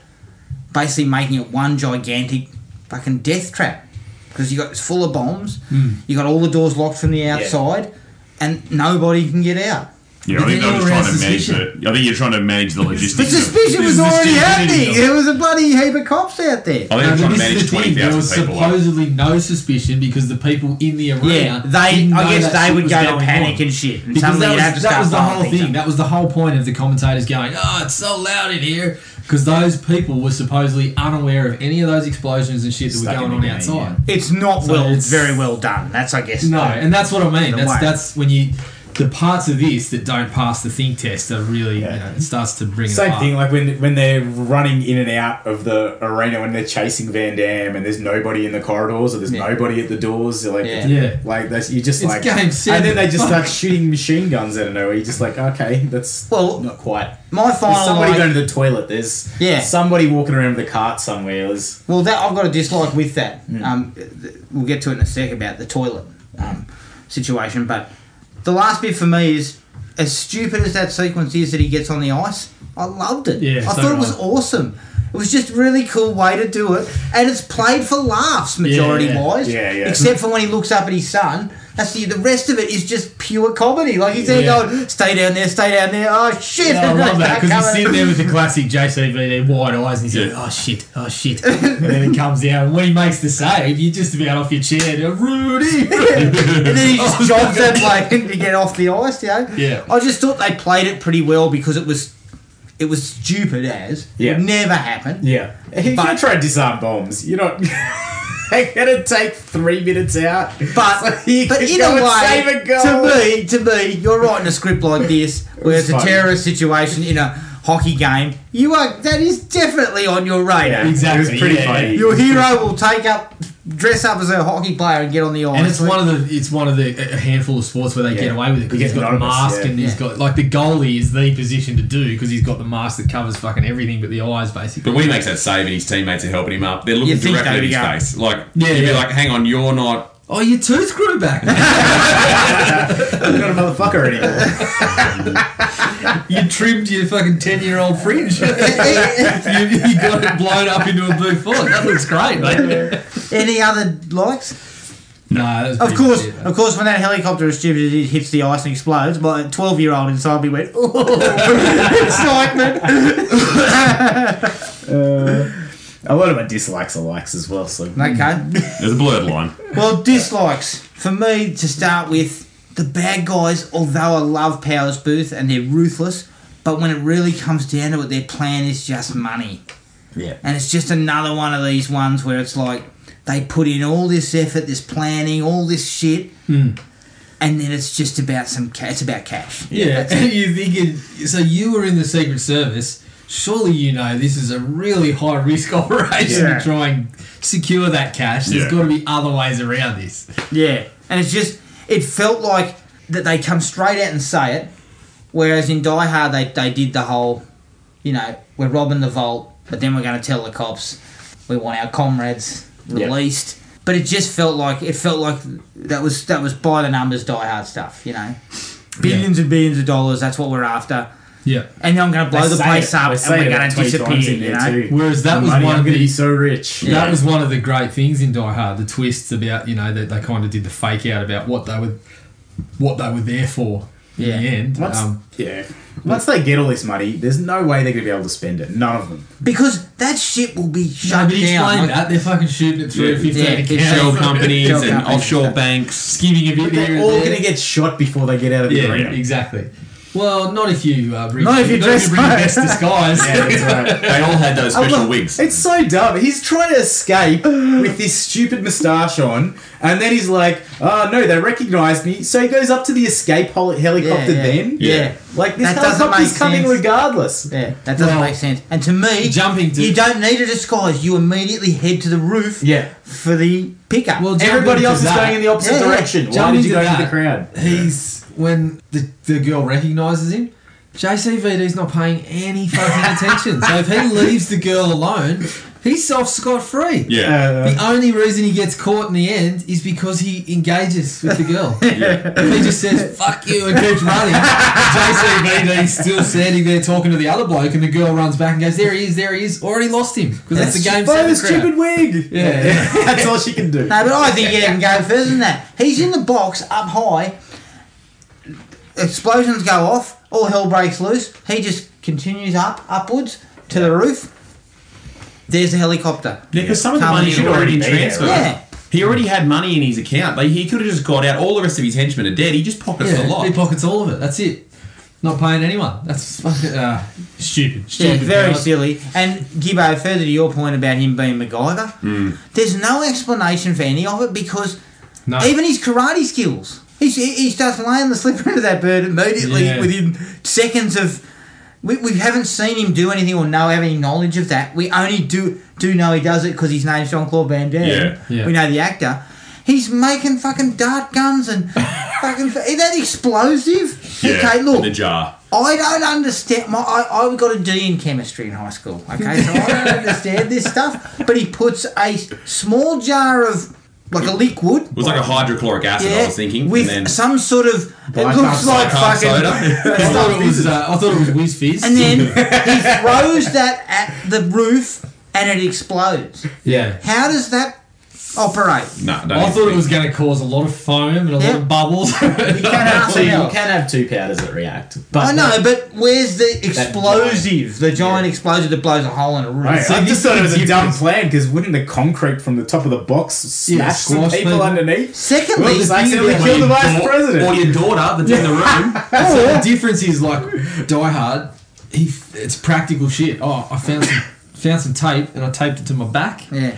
B: basically making it one gigantic fucking death trap? Because you got it's
D: Hmm.
B: full of bombs, you got all the doors locked from the outside, and nobody can get out.
J: Yeah, I
D: But
J: think
D: then
J: they're just
D: everyone
J: trying
D: has
J: to manage
D: suspicion.
J: the. I think you're trying to manage the
B: But
J: logistics. of-
B: suspicion was
D: This is
B: already
D: just
B: happening.
D: community.
B: There was a bloody heap of cops out
J: I
B: there.
J: think they're trying
D: No, but
J: to
D: this is
J: manage
D: the thing.
J: twenty
D: There was
J: thousand people. up.
D: supposedly no suspicion because the people in the arena.
B: Yeah, they.
D: didn't know
B: I guess
D: that
B: they
D: shit
B: would
D: was
B: go to
D: going
B: panic
D: on.
B: and shit, and
D: Because
B: suddenly
D: that
B: you'd
D: was,
B: have to
D: that
B: start
D: was the
B: filing
D: whole
B: things
D: thing.
B: up.
D: That was the whole point of the commentators going, "Oh, it's so loud in here," because those people were supposedly unaware of any of those explosions and shit that
E: Stuck
D: were going
E: in
D: on
E: the game,
D: outside.
B: It's not
D: So
B: well,
D: it's-
B: very well done. That's I guess.
D: No,
B: the-
D: and that's what I mean.
B: the
D: That's
B: way.
D: that's when you the parts of this that don't pass the think test are really you
E: Yeah.
D: know, it starts to bring it
E: Same Ah.
D: up.
E: thing, like when when they're running in and out of the arena when they're chasing Van Dam and there's nobody in the corridors or there's
D: Yeah.
E: nobody at the doors. Like,
D: Yeah. Yeah.
E: like that's you just
D: It's
E: like
D: game
E: and
D: seven.
E: then they just start shooting machine guns out of nowhere. You're just like, okay, that's
B: Well,
E: not quite.
B: My
E: There's
B: final
E: somebody
B: line.
E: going to the toilet. There's
B: Yeah.
E: somebody walking around with a cart somewhere. There's,
B: Well, that I've got a dislike with that.
D: Hmm.
B: Um, th- we'll get to it in a sec about the toilet um, situation, but the last bit for me is as stupid as that sequence is that he gets on the ice. I loved it.
D: Yeah,
B: I
D: so
B: thought it
D: did
B: was
D: I.
B: awesome. It was just a really cool way to do it, and it's played for laughs majority
D: yeah.
B: wise.
E: Yeah, yeah.
B: Except for when he looks up at his son. That's the, the rest of it is just pure comedy. Like he's there
D: Yeah.
B: going, "Stay down there, stay down there." Oh shit!
D: Yeah, I love that because he's
B: Coming.
D: sitting there with the classic JCVD wide eyes and he's like, oh shit, oh shit. And then he comes out and when he makes the save, you're just about off your chair and you're, Rudy.
B: and then he just jogs that plane to get off the ice. You know?
D: Yeah.
B: I just thought they played it pretty well because it was, it was stupid as.
E: Yeah.
B: It would never happened.
E: yeah, if
B: But-
E: you try to disarm bombs, you're not. They're gonna take three minutes out.
B: But,
E: So you
B: but
E: can
B: in
E: go
B: a
E: and
B: way,
E: save a goal.
B: to me, to me, you're writing a script like this where it's a
E: funny.
B: terrorist situation in a hockey game. You are that is definitely on your radar.
D: Exactly,
E: It was pretty
D: yeah,
E: funny.
D: yeah.
B: Your hero will take up, dress up as a hockey player and get on the ice.
D: And it's one of the it's one of the a handful of sports where they
E: Yeah.
D: get away with it because
E: You
D: he's
E: get
D: got the
E: anonymous,
D: mask
E: yeah.
D: and he's
B: Yeah.
D: got like the goalie is the position to do because he's got the mask that covers fucking everything but the eyes basically.
I: But when he makes that save and his teammates are helping him up, they're
B: You
I: looking
B: think
I: directly at his
B: they'd go-
I: face. Like,
D: Yeah,
I: you'd be
D: yeah.
I: like, hang on, you're not.
D: Oh, your tooth grew back.
E: You're not a motherfucker anymore.
D: you trimmed your fucking ten year old fringe. you, you got it blown up into a blue font. That looks great, mate.
B: Any other likes?
D: No, that was
B: Of
D: pretty
B: course,
D: much it, though.
B: of course, when that helicopter is stupid, it hits the ice and explodes. My twelve-year-old inside me went, "Oh, excitement!"
E: Uh, a lot of my dislikes are likes as well. So
B: Okay.
J: There's a blurred line.
B: Well, dislikes for me to start with. The bad guys, although I love Powers Booth and they're ruthless, but when it really comes down to it, their plan is just money.
E: Yeah.
B: And it's just another one of these ones where it's like they put in all this effort, this planning, all this shit, and then it's just about some. Ca- it's about cash.
D: Yeah, you thinking? So you were in the Secret Service. Surely you know this is a really high risk operation
E: Yeah.
D: to try and secure that cash. There's
J: Yeah.
D: got to be other ways around this.
B: Yeah, and it's just it felt like that they come straight out and say it, whereas in Die Hard they they did the whole, you know, we're robbing the vault, but then we're going to tell the cops we want our comrades released. But it just felt like it felt like that was that was by the numbers Die Hard stuff, you know, billions and billions of dollars. That's what we're after.
D: Yeah.
B: And then I'm going to blow
E: They
B: the
E: say
B: place
E: it-
B: up
E: they
B: and
E: say it
B: we're
E: about
B: going to
E: 20
B: disappear.
E: times in
B: You
E: there
B: know,
E: too.
D: Whereas that was
E: Money,
D: one
E: I'm
D: of
E: gonna
D: the Um,
E: be so rich.
D: that was one of the great things in Die Hard. The twists about you know that they kind of did the fake out about what they were what they were there for in
B: Yeah.
D: the end.
E: Once,
D: Um,
E: yeah. Once they get all this money, there's no way they're going to be able to spend it. None of them.
B: because that shit will be
D: no,
B: shut
D: but explain
B: down. like-
D: that they're fucking shooting it through
I: Yeah.
D: 15
B: Yeah, it's
D: accounts,
I: Shell
B: Yeah.
I: companies
B: Shell
I: and
B: companies.
I: offshore banks.
D: skimming a bit there.
E: They're
D: and
E: all
D: there.
E: going to get shot before they get out of the
D: Yeah,
E: arena.
D: exactly. Well, not if you uh, bring,
B: Not if you dress
D: bring your
B: up.
D: best disguise.
E: Yeah, that's right.
I: They all had those
E: Oh,
I: special
E: look,
I: wigs.
E: It's so dumb. He's trying to escape with this stupid moustache on, and then he's like, "Oh no, they recognised me." So he goes up to the escape hol- helicopter.
B: yeah.
E: Then,
B: Yeah.
E: like this
B: That doesn't
E: helicopter's
B: make
E: coming
B: sense.
E: regardless.
B: Yeah, that doesn't
D: Well,
B: make sense. And to me,
D: jumping to-
B: you don't need a disguise. You immediately head to the roof.
E: Yeah.
B: for the pickup.
D: Well, jump
E: Everybody
D: into
E: else is
D: that.
E: going in the opposite
B: Yeah, yeah.
E: direction. Why
D: Jump
E: did you go
D: into
E: into the
D: that.
E: crowd?
D: He's when the, the girl recognises him. JCVD's not paying any fucking attention. so if he leaves the girl alone, he's off scot free.
J: Yeah.
E: Uh,
D: The only reason he gets caught in the end is because he engages with the girl. If he just says "fuck you" and keeps running, JCVD's still standing there talking to the other bloke, and the girl runs back and goes, "There he is, there he is." Already lost him because that's the game.
E: Buy
D: seven
E: the
D: crowd.
E: stupid wig.
D: Yeah, yeah.
E: That's all she can do.
B: no, but I think you can go further than that. He's in the box up high. explosions go off, all hell breaks loose. He just continues up, upwards to the roof. There's the helicopter.
F: Yeah, because some of the
B: Come
F: money
B: in
F: should already
E: already there,
F: transferred.
B: Yeah.
F: He already had money in his account. Like, he could have just got out. All the rest of his henchmen are dead. He just pockets the
D: Yeah,
F: lot.
D: he pockets all of it. That's it. Not paying anyone. That's fucking uh, stupid.
B: Yeah,
D: Stupid.
B: very
D: guys.
B: silly. And Gibbo, further to your point about him being MacGyver, there's no explanation for any of it because
D: No.
B: even his karate skills, he, he starts laying the slipper into that bird immediately
D: Yeah.
B: within seconds of. We, we haven't seen him do anything or know have any knowledge of that. We only do do know he does it because his name's Jean Claude Van Damme.
F: Yeah.
D: Yeah.
B: We know the actor. He's making fucking dart guns and fucking. Is that explosive? okay, look.
F: In a jar.
B: I don't understand. My, I, I got a D in chemistry in high school. Okay, so I don't understand this stuff. But he puts a s- small jar of like a liquid.
F: It was like a hydrochloric acid, I was thinking.
B: with
F: and then
B: some sort of. It
E: Bicarb
B: looks like
F: carb
B: fucking.
F: soda.
D: I thought it was. Uh, I thought it was Whiz Fizz.
B: And then he throws that at the roof, and it explodes.
D: yeah.
B: How does that operate?
F: no, don't
D: I
F: even
D: thought it
F: think.
D: was going to cause a lot of foam and a
B: Yeah.
D: lot of bubbles.
E: You can have two.
B: Nothing
E: You
B: else.
E: can have two powders that react. But
B: I know, but where's the explosive? The giant explosive that blows a hole in a roof.
E: Right,
D: So
E: I
D: this
E: just thought it was a
D: is
E: dumb
D: different.
E: plan because wouldn't the concrete from the top of the box smash
D: Yeah,
E: some
D: squash
E: people
D: people.
E: underneath?
B: Secondly,
E: Well, just accidentally
B: the- Oh,
E: killed the vice
F: Or
E: president.
F: your daughter that's in the room.
D: so the difference is like Die Hard. He, it's practical shit. Oh, I found some found some tape and I taped it to my back.
B: yeah.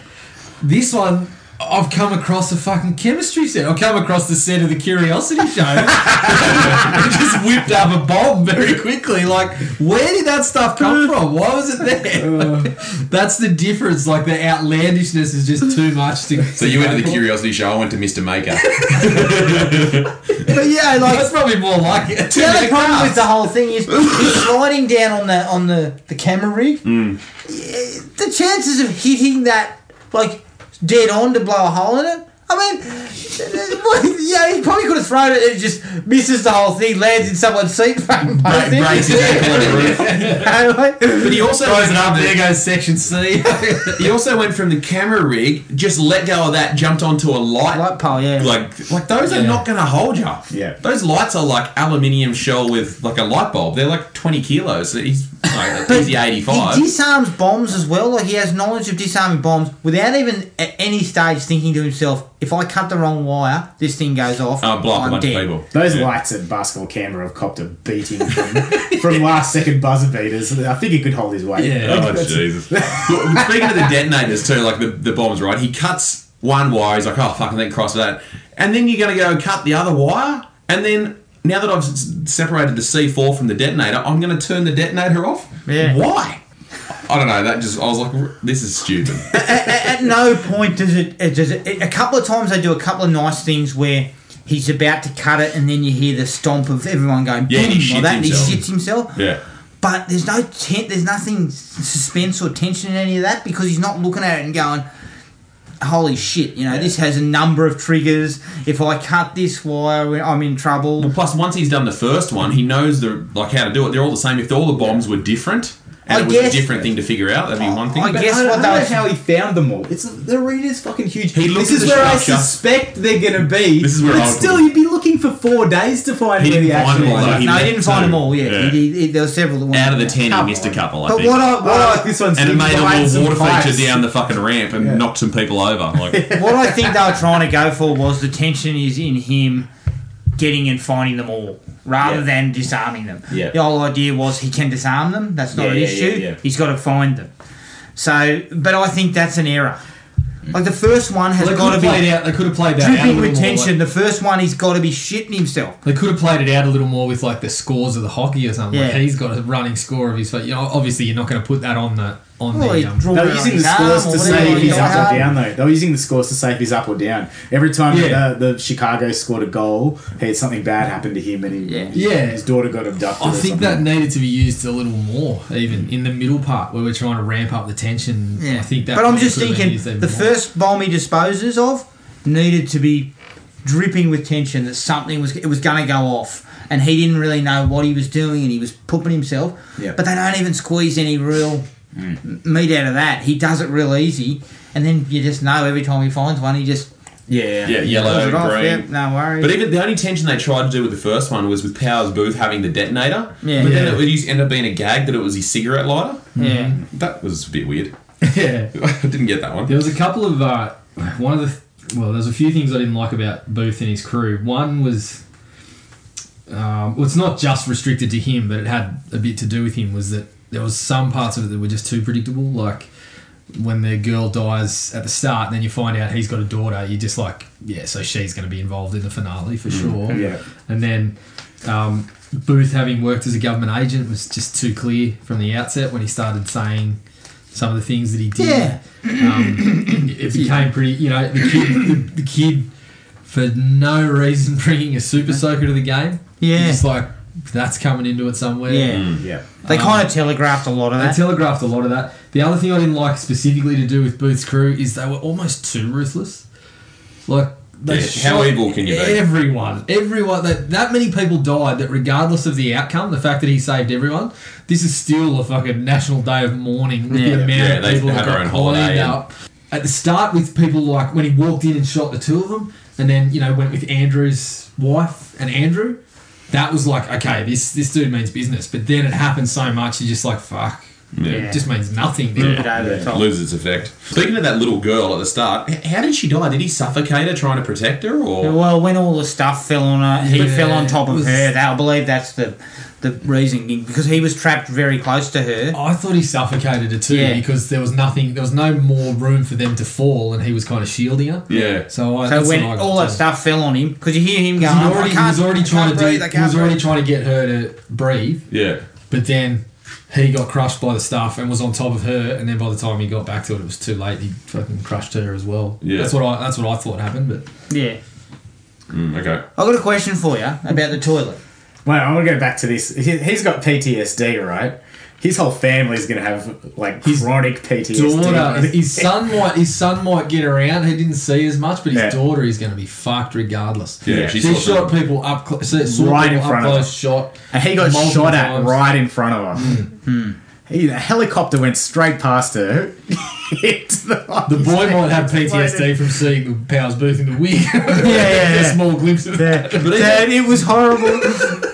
D: This one, I've come across a fucking chemistry set. I've come across the set of the Curiosity Show. It just whipped up a bomb very quickly. Like, where did that stuff come from? Why was it there? Like, that's the difference. Like, the outlandishness is just too much to.
F: So you went to the Curiosity Show. I went to Mr. Maker.
B: But yeah, like
D: That's probably more like it.
B: The other problem with the whole thing is he's sliding down on the on the, the camera rig.
F: Hmm.
B: Yeah, The chances of hitting that like dead on to blow a hole in it. I mean, yeah, he probably could have thrown it and it just misses the whole thing, lands in someone's seat. fucking
F: Break-
B: post it.
F: breaks his ankle on the roof. But he also went
D: up,
F: from
D: there
F: the-
D: goes section C.
F: He also went from the camera rig, just let go of that, jumped onto a light.
B: Light pole, yeah.
F: Like, like those are not going to hold you.
E: Yeah.
F: Those lights are like aluminium shell with like a light bulb. They're like 20 kilos. He's like, easy 85.
B: He disarms bombs as well. Like he has knowledge of disarming bombs without even at any stage thinking to himself, "If I cut the wrong wire, this thing goes off.
F: Oh, block
B: I'm
F: a bunch
B: dead."
F: of people.
E: Those
F: Yeah.
E: lights at basketball Canberra have copped a beating from, from last second buzzer beaters. I think he could hold his weight.
D: Yeah.
E: Like,
F: Oh,
E: that's-
F: Jesus. Well, Speaking of the detonators, too, like the, the bombs, right? He cuts one wire. He's like, oh, fucking then cross that. And then you're going to go cut the other wire. And then now that I've s- separated the C4 from the detonator, I'm going to turn the detonator off.
B: Yeah.
F: Why? I don't know. That just, I was like, this is stupid.
B: at no point does it, it does it, it- A couple of times they do a couple of nice things where he's about to cut it, and then you hear the stomp of everyone going.
F: Yeah, and he
B: "Boom,"
F: shits
B: like that, and he
F: himself.
B: shits himself.
F: yeah.
B: But there's no tent. There's nothing s- suspense or tension in any of that because he's not looking at it and going. Holy shit! You know this has a number of triggers. If I cut this wire, I'm in trouble.
F: Well, plus, once he's done the first one, he knows the like how to do it. They're all the same. If all the bombs were different, and
B: I
F: it was
B: guess-
F: a different thing to figure out, that'd be one thing.
B: I
F: But
B: guess
E: I don't,
B: what
E: I don't
B: those-
E: know how he found them all. It's the reader's fucking huge.
F: He looked
E: this
F: at
E: is
F: the
E: where I
F: structure.
E: suspect they're gonna be.
F: This is where
E: but
F: I was
E: still
F: going.
E: you'd be looking for four days to find
F: He
E: where the
F: didn't find
E: action
F: them all, though.
E: was.
F: He
B: no, he
F: missed
B: didn't find
F: two.
B: them all. Yeah,
F: Yeah.
B: He, he, there were several. That weren't
F: out of the
B: there.
F: ten, he
E: Come
F: missed a
E: on.
F: couple. I
B: But
F: think.
B: what I what
E: I
B: I
E: like this one.
F: and it made a little water feature
E: down.
F: down the fucking ramp and knocked some people over. Like,
B: What I think they were trying to go for was the tension is in him getting and finding them all rather
E: Yeah.
B: than disarming them.
E: Yeah.
B: The whole idea was he can disarm them, that's not
E: Yeah,
B: an
E: yeah,
B: issue.
E: yeah, yeah.
B: He's got to find them. So, but I think that's an error. Like the first one has
D: they could
B: got to
D: have played
B: be
D: out. They could have played that out. a
B: dripping
D: little
B: with
D: more,
B: tension.
D: like-
B: The first one he's got to be shitting himself.
D: They could have played it out a little more with like the scores of the hockey or something. Like
B: Yeah.
D: he's got a running score of his. You know, obviously you're not going to put that on the on
B: Well,
D: the.
B: he
D: Um,
B: drew
E: They
B: it
E: were
B: on
E: using the
B: his arm
E: scores
B: or
E: to
B: whatever
E: say if
B: he
E: he's
B: got
E: up
B: hard.
E: or down, though. They were using the scores to say if he's up or down. Every time
D: Yeah.
E: the, the Chicago scored a goal, he had something bad happen to him, and he,
B: Yeah.
D: Yeah.
E: his daughter got abducted.
D: I
E: or something.
D: think that needed to be used a little more, even in the middle part where we're trying to ramp up the tension.
B: Yeah.
D: I think that.
B: but I'm
D: probably
B: just
D: could have been
B: thinking
D: used even
B: the
D: more.
B: first bomb he disposes of needed to be dripping with tension that something was it was going to go off and he didn't really know what he was doing and he was pooping himself
E: Yeah.
B: but they don't even squeeze any real
D: Mm.
B: m meat out of that he does it real easy and then you just know every time he finds one he just Yeah.
F: Yeah, yellow,
B: Pulls it off,
F: green.
B: yep, no worries.
F: But even the only tension they tried to do with the first one was with Powers Booth having the detonator.
B: Yeah.
F: but
B: Yeah.
F: then it used ended up being a gag that it was his cigarette lighter.
B: yeah.
D: Mm.
F: That was a bit weird.
D: yeah.
F: I didn't get that one.
D: There was a couple of uh, one of the well, there's a few things I didn't like about Booth and his crew. One was um, well, it's not just restricted to him, but it had a bit to do with him. Was that there was some parts of it that were just too predictable, like when the girl dies at the start, and then you find out he's got a daughter. You're just like, yeah, so she's going to be involved in the finale for sure.
E: Yeah.
D: and then. Um, Booth, having worked as a government agent, was just too clear from the outset when he started saying some of the things that he did
B: Yeah.
D: it became pretty. You know, the kid, the, the kid, for no reason, bringing a super soaker to the game.
B: Yeah.
D: just like that's coming into it somewhere.
B: Yeah.
E: Yeah.
B: They kind of telegraphed a lot of
D: Mm. They
B: that.
D: telegraphed a lot of that. The other thing I didn't like specifically to do with Booth's crew is they were almost too ruthless. Like they
F: Yeah,
D: shot
F: how evil can you be?
D: Everyone, everyone that that many people died that regardless of the outcome, the fact that he saved everyone, this is still a fucking national day of mourning with
B: Yeah.
D: the amount
F: Yeah,
D: of
F: they
D: people that
F: have
D: got
F: their own
D: cleaned
F: holiday and-
D: up. uh, At the start with people like when he walked in and shot the two of them, and then you know went with Andrew's wife and Andrew. That was like okay, this this dude means business. But then it happened so much, you're just like fuck.
B: Yeah.
D: It just means nothing.
B: A
D: dude.
B: little bit over the top.
D: Oh.
F: Loses its effect. Speaking of that little girl at the start, h- how did she die? Did he suffocate her trying to protect her,
B: Yeah,
F: or
B: Well, when all the stuff fell on her, he
D: Yeah,
B: fell on top
D: it
B: of
D: was-
B: her. That, I believe that's the the reason because he was trapped very close to her.
D: I thought he suffocated her too
B: Yeah.
D: because there was nothing, there was no more room for them to fall, and he was kind of shielding her.
F: yeah?
D: So, I,
B: So
D: that's
B: when
D: what I got
B: all that
D: too.
B: stuff fell on him, because you hear him going,
D: Because he, already,
B: I
D: he
B: can't,
D: was already
B: I
D: trying to
B: can't
D: do,
B: breathe, I
D: he was
B: can't
D: already
B: breathe.
D: trying to get her to breathe,
F: Yeah,
D: but then he got crushed by the stuff and was on top of her, and then by the time he got back to it, it was too late. He fucking crushed her as well.
F: Yeah.
D: that's what I that's what I thought happened. But
B: Yeah.
F: Mm, okay.
B: I've got a question for you about the toilet.
E: Well, I want to go back to this. He, he's got PTSD, right? His whole family's going to have like chronic PTSD.
D: daughter, his son might his son might get around. He didn't see as much, but his
E: Yeah.
D: daughter is going to be fucked regardless.
F: Yeah, she
D: she
F: saw
D: shot people up close, saw
E: Right in
D: people
E: front
D: up
E: of
D: close, shot,
E: And he got
D: multiple
E: shot at
D: times. Hmm.
E: right in front of her. He, the helicopter went straight past her. It's the,
D: The boy might have PTSD from seeing Powers Booth in the wig. yeah,
E: yeah, yeah.
D: small glimpse of that.
E: Dad, it was horrible.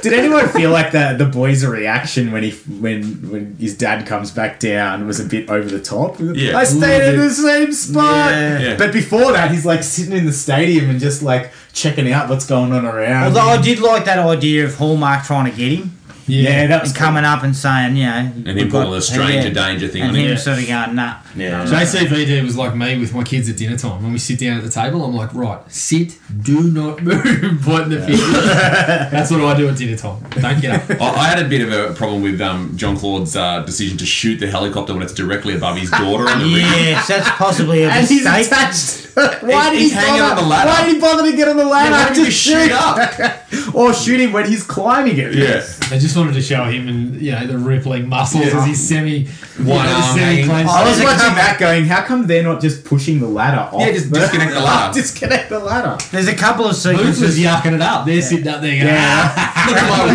E: Did anyone feel like the the boy's reaction when he when when his dad comes back down was a bit over the top?
F: Yeah.
E: I stayed
D: Little
E: in the same spot.
B: Yeah.
F: Yeah.
E: But before that, he's like sitting in the stadium and just like checking out what's going on around.
B: Although I did like that idea of Hallmark trying to get him
E: yeah, that was
B: and coming up and saying, you know,
F: And him pulling the stranger danger thing
B: and
F: on
B: him
F: him.
B: sort of going, nah.
E: Yeah.
D: JCVD was like me with my kids at dinner time. When we sit down at the table, I'm like, right, sit, do not move, point the finger. That's what I do at dinner time. Don't get up.
F: I I had a bit of a problem with um, John Claude's uh, decision to shoot the helicopter when it's directly above his daughter on the ring.
B: Yes, that's possibly a
E: and he's
B: mistake.
E: attached. Why did
F: He's
E: he
F: hanging
E: bother?
F: on the ladder.
E: Why did he bother to get on the ladder?
F: why did
E: to
F: he shoot
E: or shoot him when he's climbing it.
F: Yeah.
D: I just wanted to show him and you know the rippling muscles
F: Yeah.
D: as he's semi
F: One arm hanging.
D: Oh,
E: I was
B: There's a
E: watching
B: couple-
E: that going, how come they're not just pushing the ladder off?
F: Yeah, just
E: the-
F: disconnect the ladder.
E: disconnect the ladder.
B: There's a couple of
D: Booth was
B: sequences.
D: yucking it up. They're sitting up there going, "Ah."
E: Yeah.
D: look at my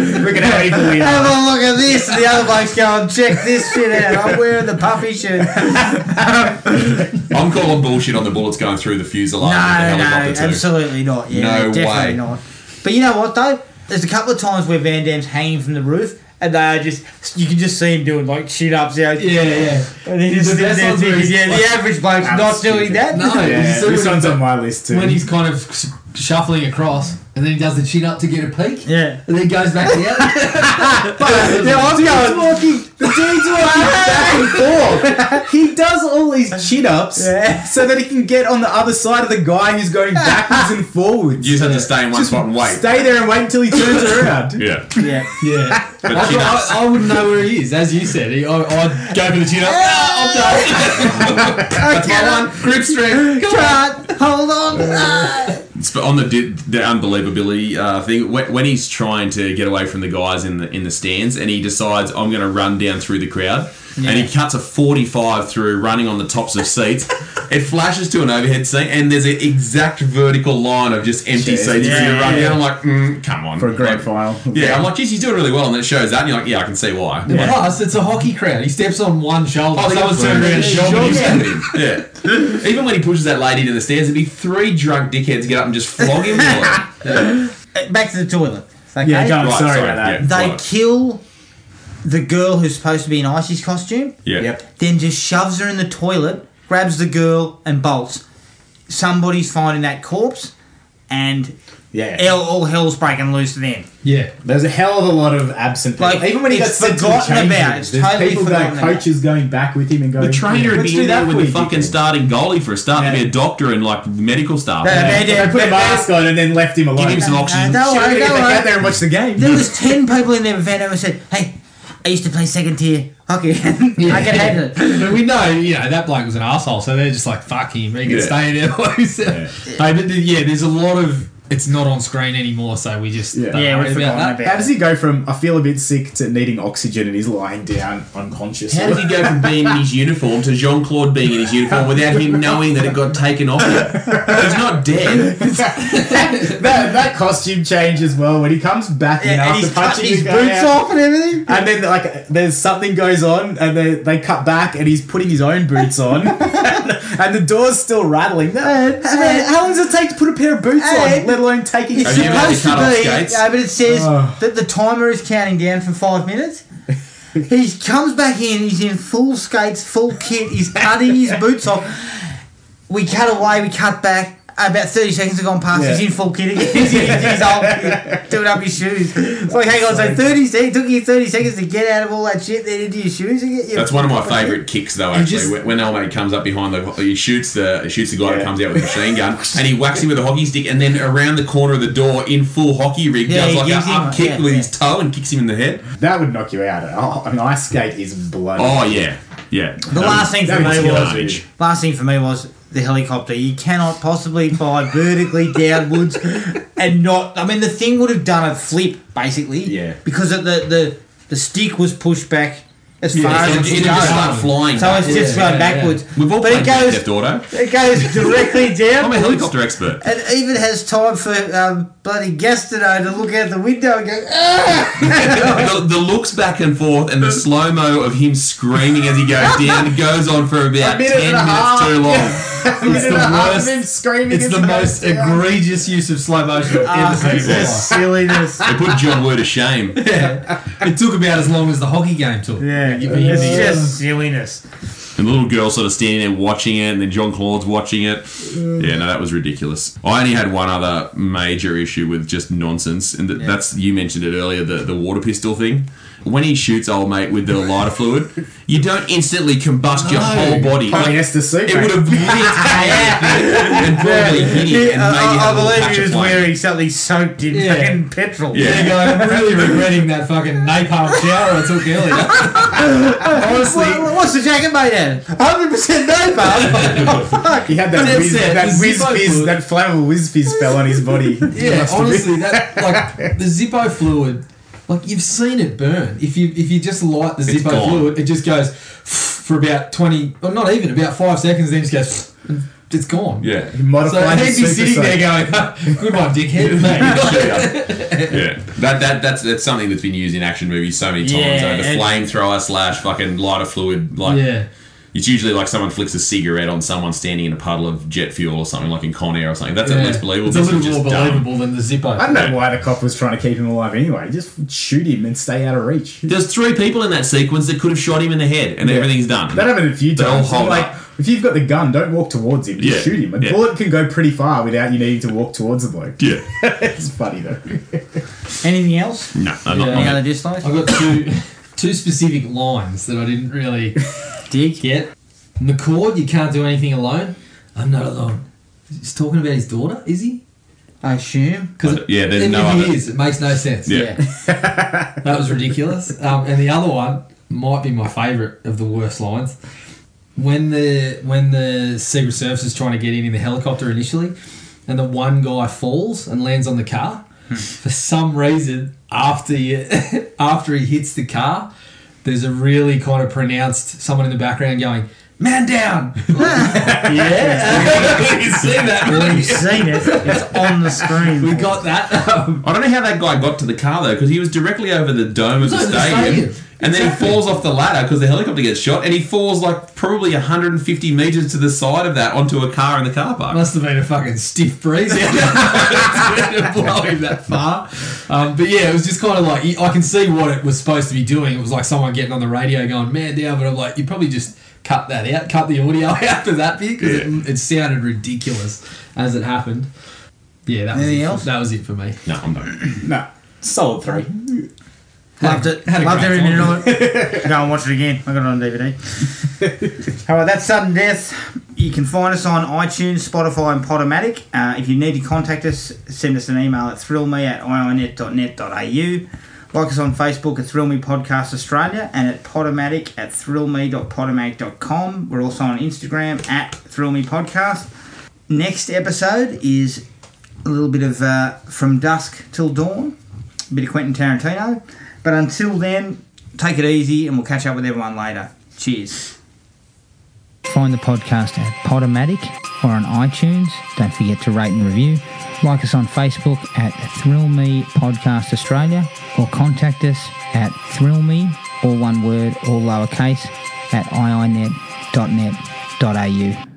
D: wig.
E: Look at how evil we
B: Have
E: are.
B: a look at this, and the other bloke's going, check this shit out. I'm wearing the puffy shirt.
F: I'm calling bullshit on the bullets going through the
B: No,
F: fuselage Oh, of the
B: no,
F: helicopter too.
B: absolutely not. Yeah,
F: No
B: definitely
F: way.
B: not. But you know what though? There's a couple of times where Van Damme's hanging from the roof, and they are just you can just see him doing like shoot ups out.
D: Yeah, yeah.
B: and he just
D: The
B: sits
D: best
B: there
D: ones where
B: thinking,
D: he's
B: yeah, the
D: like-
B: average bloke's
E: I'm
B: not
E: stupid.
B: doing that.
D: No,
E: Yeah,
D: so
E: this
D: when-
E: one's on my list too.
D: when he's kind of s- shuffling across and then he does the chin up to get a peek.
B: Yeah.
D: And then goes back down.
E: yeah, I'm going. The dude's walking back and forth. He does all these chin ups
B: Yeah.
E: so that he can get on the other side of the guy who's going backwards and forwards.
F: You just have to stay in one spot and wait.
E: Stay there and wait until he turns around.
F: Yeah.
B: Yeah.
D: yeah.
F: But
D: I,
F: she does.
D: I, I wouldn't know where he is, as you said. He, I, I'd go for the chin up. Ah, I'm done.
F: That's my one. Grip strength.
B: Can't hold on. Ah.
F: It's on the di- the unbelievability uh, thing, when, when he's trying to get away from the guys in the in the stands, and he decides I'm going to run down through the crowd, and he cuts a 45 through running on the tops of seats. it flashes to an overhead scene, and there's an exact vertical line of just empty seats
B: Yeah,
F: as you're
B: yeah,
F: running.
B: yeah.
F: And I'm like, mm, come on.
E: for a grand
F: Like,
E: final.
F: Yeah, I'm like, geez, he's doing really well, and it shows that, and you're like, yeah, I can see why. Yeah.
D: Plus, it's a hockey crowd. He steps on one shoulder.
F: Oh, someone's turned around and shoved him. Yeah. Even when he pushes that lady to the stairs, it'd be three drunk dickheads get up and just flog him. for it.
B: Uh, Back to the toilet. Okay?
E: Yeah, go on.
F: Right,
E: sorry,
F: sorry,
E: about that.
F: yeah.
B: They
F: Right.
B: kill the girl who's supposed to be in Icy's costume.
F: Yeah.
E: Yep.
B: Then just shoves her in the toilet, grabs the girl, and bolts. Somebody's finding that corpse, and
E: Yeah.
B: hell, all hell's breaking loose then.
D: Yeah.
E: There's a hell of a lot of absent people.
B: Like,
E: Even when he got
B: it's
E: sent to the
B: forgotten
E: change
B: about.
E: room,
B: It's
E: there's
B: totally
E: people that
B: forgotten about.
E: coaches going back with him and going.
F: The trainer would
E: "Let's
F: be
E: do
F: in
E: that
F: there with
E: for
F: the
E: you,
F: fucking
E: dickhead."
F: starting goalie for a start. He'd
E: Yeah.
F: be a doctor and like medical staff.
B: No, no,
E: Yeah,
B: they did-
E: They put a
B: they-
E: mask on and then left him alone. "Oh,
F: Give him some oxygen.
B: No,
E: Surely
B: no,
E: they
B: no,
E: get
B: no.
E: out there and watch the game.
B: There was ten people in their event and said, "Hey, I used to play second tier hockey. I can handle it."
D: But we know, you know, that bloke was an asshole, so they're just like, fuck him, he can
F: Yeah.
D: stay there. yeah. Hey, but the- yeah, there's a lot of, it's not on screen anymore, so we just,
E: Yeah.
D: don't
B: Yeah,
D: worry
B: we've
D: about
B: forgotten
D: that.
B: about
E: How does he go from I feel a bit sick to needing oxygen and he's lying down unconscious?
F: How did he go from being in his uniform to Jean Claude being in his uniform without him knowing that it got taken off him? He's not dead.
E: that, that costume change as well when he comes back
B: Yeah,
E: in
B: and
E: after
B: he's cut
E: punching
B: his
E: the guy
B: boots
E: out.
B: off and everything.
E: And then like there's something goes on and they, they cut back and he's putting his own boots on and the door's still rattling. No, no, how long does it take to put a pair of boots
B: Hey.
E: on, let alone taking
B: It's
F: Have you ever had to
B: supposed to
F: cut off
B: be.
F: skates?
B: Yeah, but it says
E: Oh.
B: that the timer is counting down from five minutes. he comes back in. He's in full skates, full kit. He's cutting his boots off. We cut away. We cut back. About thirty seconds have gone past. He's
E: Yeah.
B: in full kit again. He's, in- he's old, he's doing up his shoes. It's like, hang on. So thirty seconds took you thirty seconds to get out of all that shit, then into your shoes again.
F: That's one of my favourite kicks, though. Actually,
D: just-
F: when when Elmate comes up behind the, he shoots the he shoots the guy who comes out with a machine gun, and he whacks him with a hockey stick, and then around the corner of the door in full hockey rig,
B: Yeah,
F: does
B: he
F: like an
B: gives him-
F: up kick
B: yeah,
F: with
B: yeah.
F: his toe and kicks him in the head.
E: That would knock you out. Oh, an ice skate is bloody.
F: Oh yeah, yeah. Um,
B: The last thing for
E: that would
B: me
E: kill
B: was
E: us.
B: last thing for me was the helicopter. You cannot possibly fly vertically downwards and not. I mean, the thing would have done a flip basically.
E: Yeah.
B: Because of the the the stick was pushed back as far
F: It
B: as it
F: just
B: could go.
F: start flying.
B: So it's just
D: Yeah,
B: going
D: yeah,
B: backwards.
F: We've all
B: but
F: played
B: it
F: Grand
B: goes
F: Theft Auto.
B: it goes directly down.
F: I'm a helicopter expert.
B: It even has time for um, bloody Gastineau to look out the window and go. Ah!
F: the, the looks back and forth and the slow mo of him screaming as he goes down goes on for about
E: A minute
F: ten
E: and a half.
F: minutes too long.
E: it's
D: the worst-
E: screaming
D: It's
E: as
D: the
E: he goes
D: most
E: down.
D: egregious use of slow motion I've ever seen in my
B: The
D: life.
B: silliness.
F: It put John Woo to shame.
D: It took about as long as the hockey game took.
B: Yeah,
D: You- you-
B: it's just silliness.
F: And the little girl sort of standing there watching it, and then John Claude's watching it.
B: Mm.
F: Yeah, no, that was ridiculous. I only had one other major issue with just nonsense, and th- that's you mentioned it earlier the, the water pistol thing. When he shoots old mate with the lighter fluid, you don't instantly combust your whole body.
E: Polyester suit,
F: It
E: mate.
F: would have lit and probably hit him and
B: Yeah,
F: maybe
B: I,
F: had
B: I
F: a little
B: believe
F: patch
B: he
F: of
B: was
F: flame.
B: wearing something soaked in
D: Yeah.
B: fucking petrol.
F: Yeah.
D: There you go. I'm really regretting that fucking napalm shower I took earlier. Honestly,
B: What- what- what's the jacket made out of? 100% napalm.
E: He had that
D: That's
E: whiz,
D: it.
E: that
D: His
E: whiz
D: zippo
E: fizz,
D: fluid.
E: that flammable whiz fizz fell on his body.
D: Yeah,
E: Must have been-
D: honestly, that like the Zippo fluid, like you've seen it burn. If you if you just light the Zippo
F: gone.
D: fluid, it just goes for about twenty, or not even about five seconds. Then it just goes, and it's gone.
F: Yeah.
E: He
D: So
E: modified
D: he'd
E: his
D: be
E: super
D: sitting
E: suit.
D: there going, "Good one, dickhead." Mate.
F: yeah, that that that's that's something that's been used in action movies so many times.
B: Yeah,
F: uh, the
B: and-
F: flamethrower slash fucking lighter fluid, like
D: yeah,
F: it's usually like someone flicks a cigarette on someone standing in a puddle of jet fuel or something, like in Con Air or something. That's at
D: yeah.
F: least believable.
D: It's a
F: This
D: little
F: was
D: more
F: just dumb.
D: believable than the Zippo.
E: I don't know why the cop was trying to keep him alive anyway. Just shoot him and stay out of reach. That
F: There's three people in that sequence that could have shot him in the head, and everything's done.
E: happened a few
F: They all
E: times.
F: hold
E: like,
F: up.
E: if you've got the gun, don't walk towards him. Just
F: Yeah,
E: shoot him. A
F: yeah.
E: bullet can go pretty far without you needing to walk towards the bloke.
F: yeah,
E: it's funny though.
B: Anything else?
F: no, I'm
D: Yeah.
B: Any
F: not.
B: other dislikes?
D: I've got two two specific lines that I didn't really
B: Dig.
D: get. McCord, you can't do anything alone. I'm not alone. He's talking about his daughter, is he?
B: I assume.
D: Because
F: Yeah, there's
D: if
F: no
D: he
F: other.
D: is, it makes no sense.
F: Yeah.
D: That was ridiculous. Um, and the other one might be my favourite of the worst lines. When the when the Secret Service is trying to get in in the helicopter initially, and the one guy falls and lands on the
F: Hmm.
D: car, for some reason after you, after he hits the car, there's a really kind of pronounced someone in the background going, "Man down."
B: yeah.
I: you see that?
B: well, you've seen it. It's on the screen.
D: We got that. Um,
I: I don't know how that guy got to the car though, because he was directly over the dome of the
D: over the
I: stadium,
D: stadium.
I: and then he
D: Exactly.
I: falls off the ladder because the helicopter gets shot, and he falls like probably 150 meters to the side of that onto a car in the car park.
D: must have been a fucking stiff breeze out there to blow him that far. Um, but yeah, it was just kind of like I can see what it was supposed to be doing. It was like someone getting on the radio going, "Man down," but I'm like, you probably just cut that out, cut the audio out for that bit because it, it sounded ridiculous as it happened. Yeah, that was
B: Anything
D: it.
B: else?
D: For, that was it for me.
I: No, I'm not.
E: No. Solid three.
B: Loved it.
D: Had a
B: Loved
D: great
B: every minute
D: time.
B: of it. Go and watch it again. I got it on DVD. All right, that's sudden death. You can find us on iTunes, Spotify, and Podomatic. Uh, if you need to contact us, send us an email at thrillme at E ionet.net.net.au. Like us on Facebook at Thrill Me Podcast Australia and at Podomatic at thrillme.podomatic.com. We're also on Instagram at Thrill Me Podcast. Next episode is a little bit of uh, From Dusk Till Dawn, a bit of Quentin Tarantino. But until then, take it easy and we'll catch up with everyone later. Cheers. Find the podcast at Podomatic or on iTunes. Don't forget to rate and review. Like us on Facebook at Thrill Me Podcast Australia or contact us at thrillme, all one word, all lowercase, at iinet.net.au.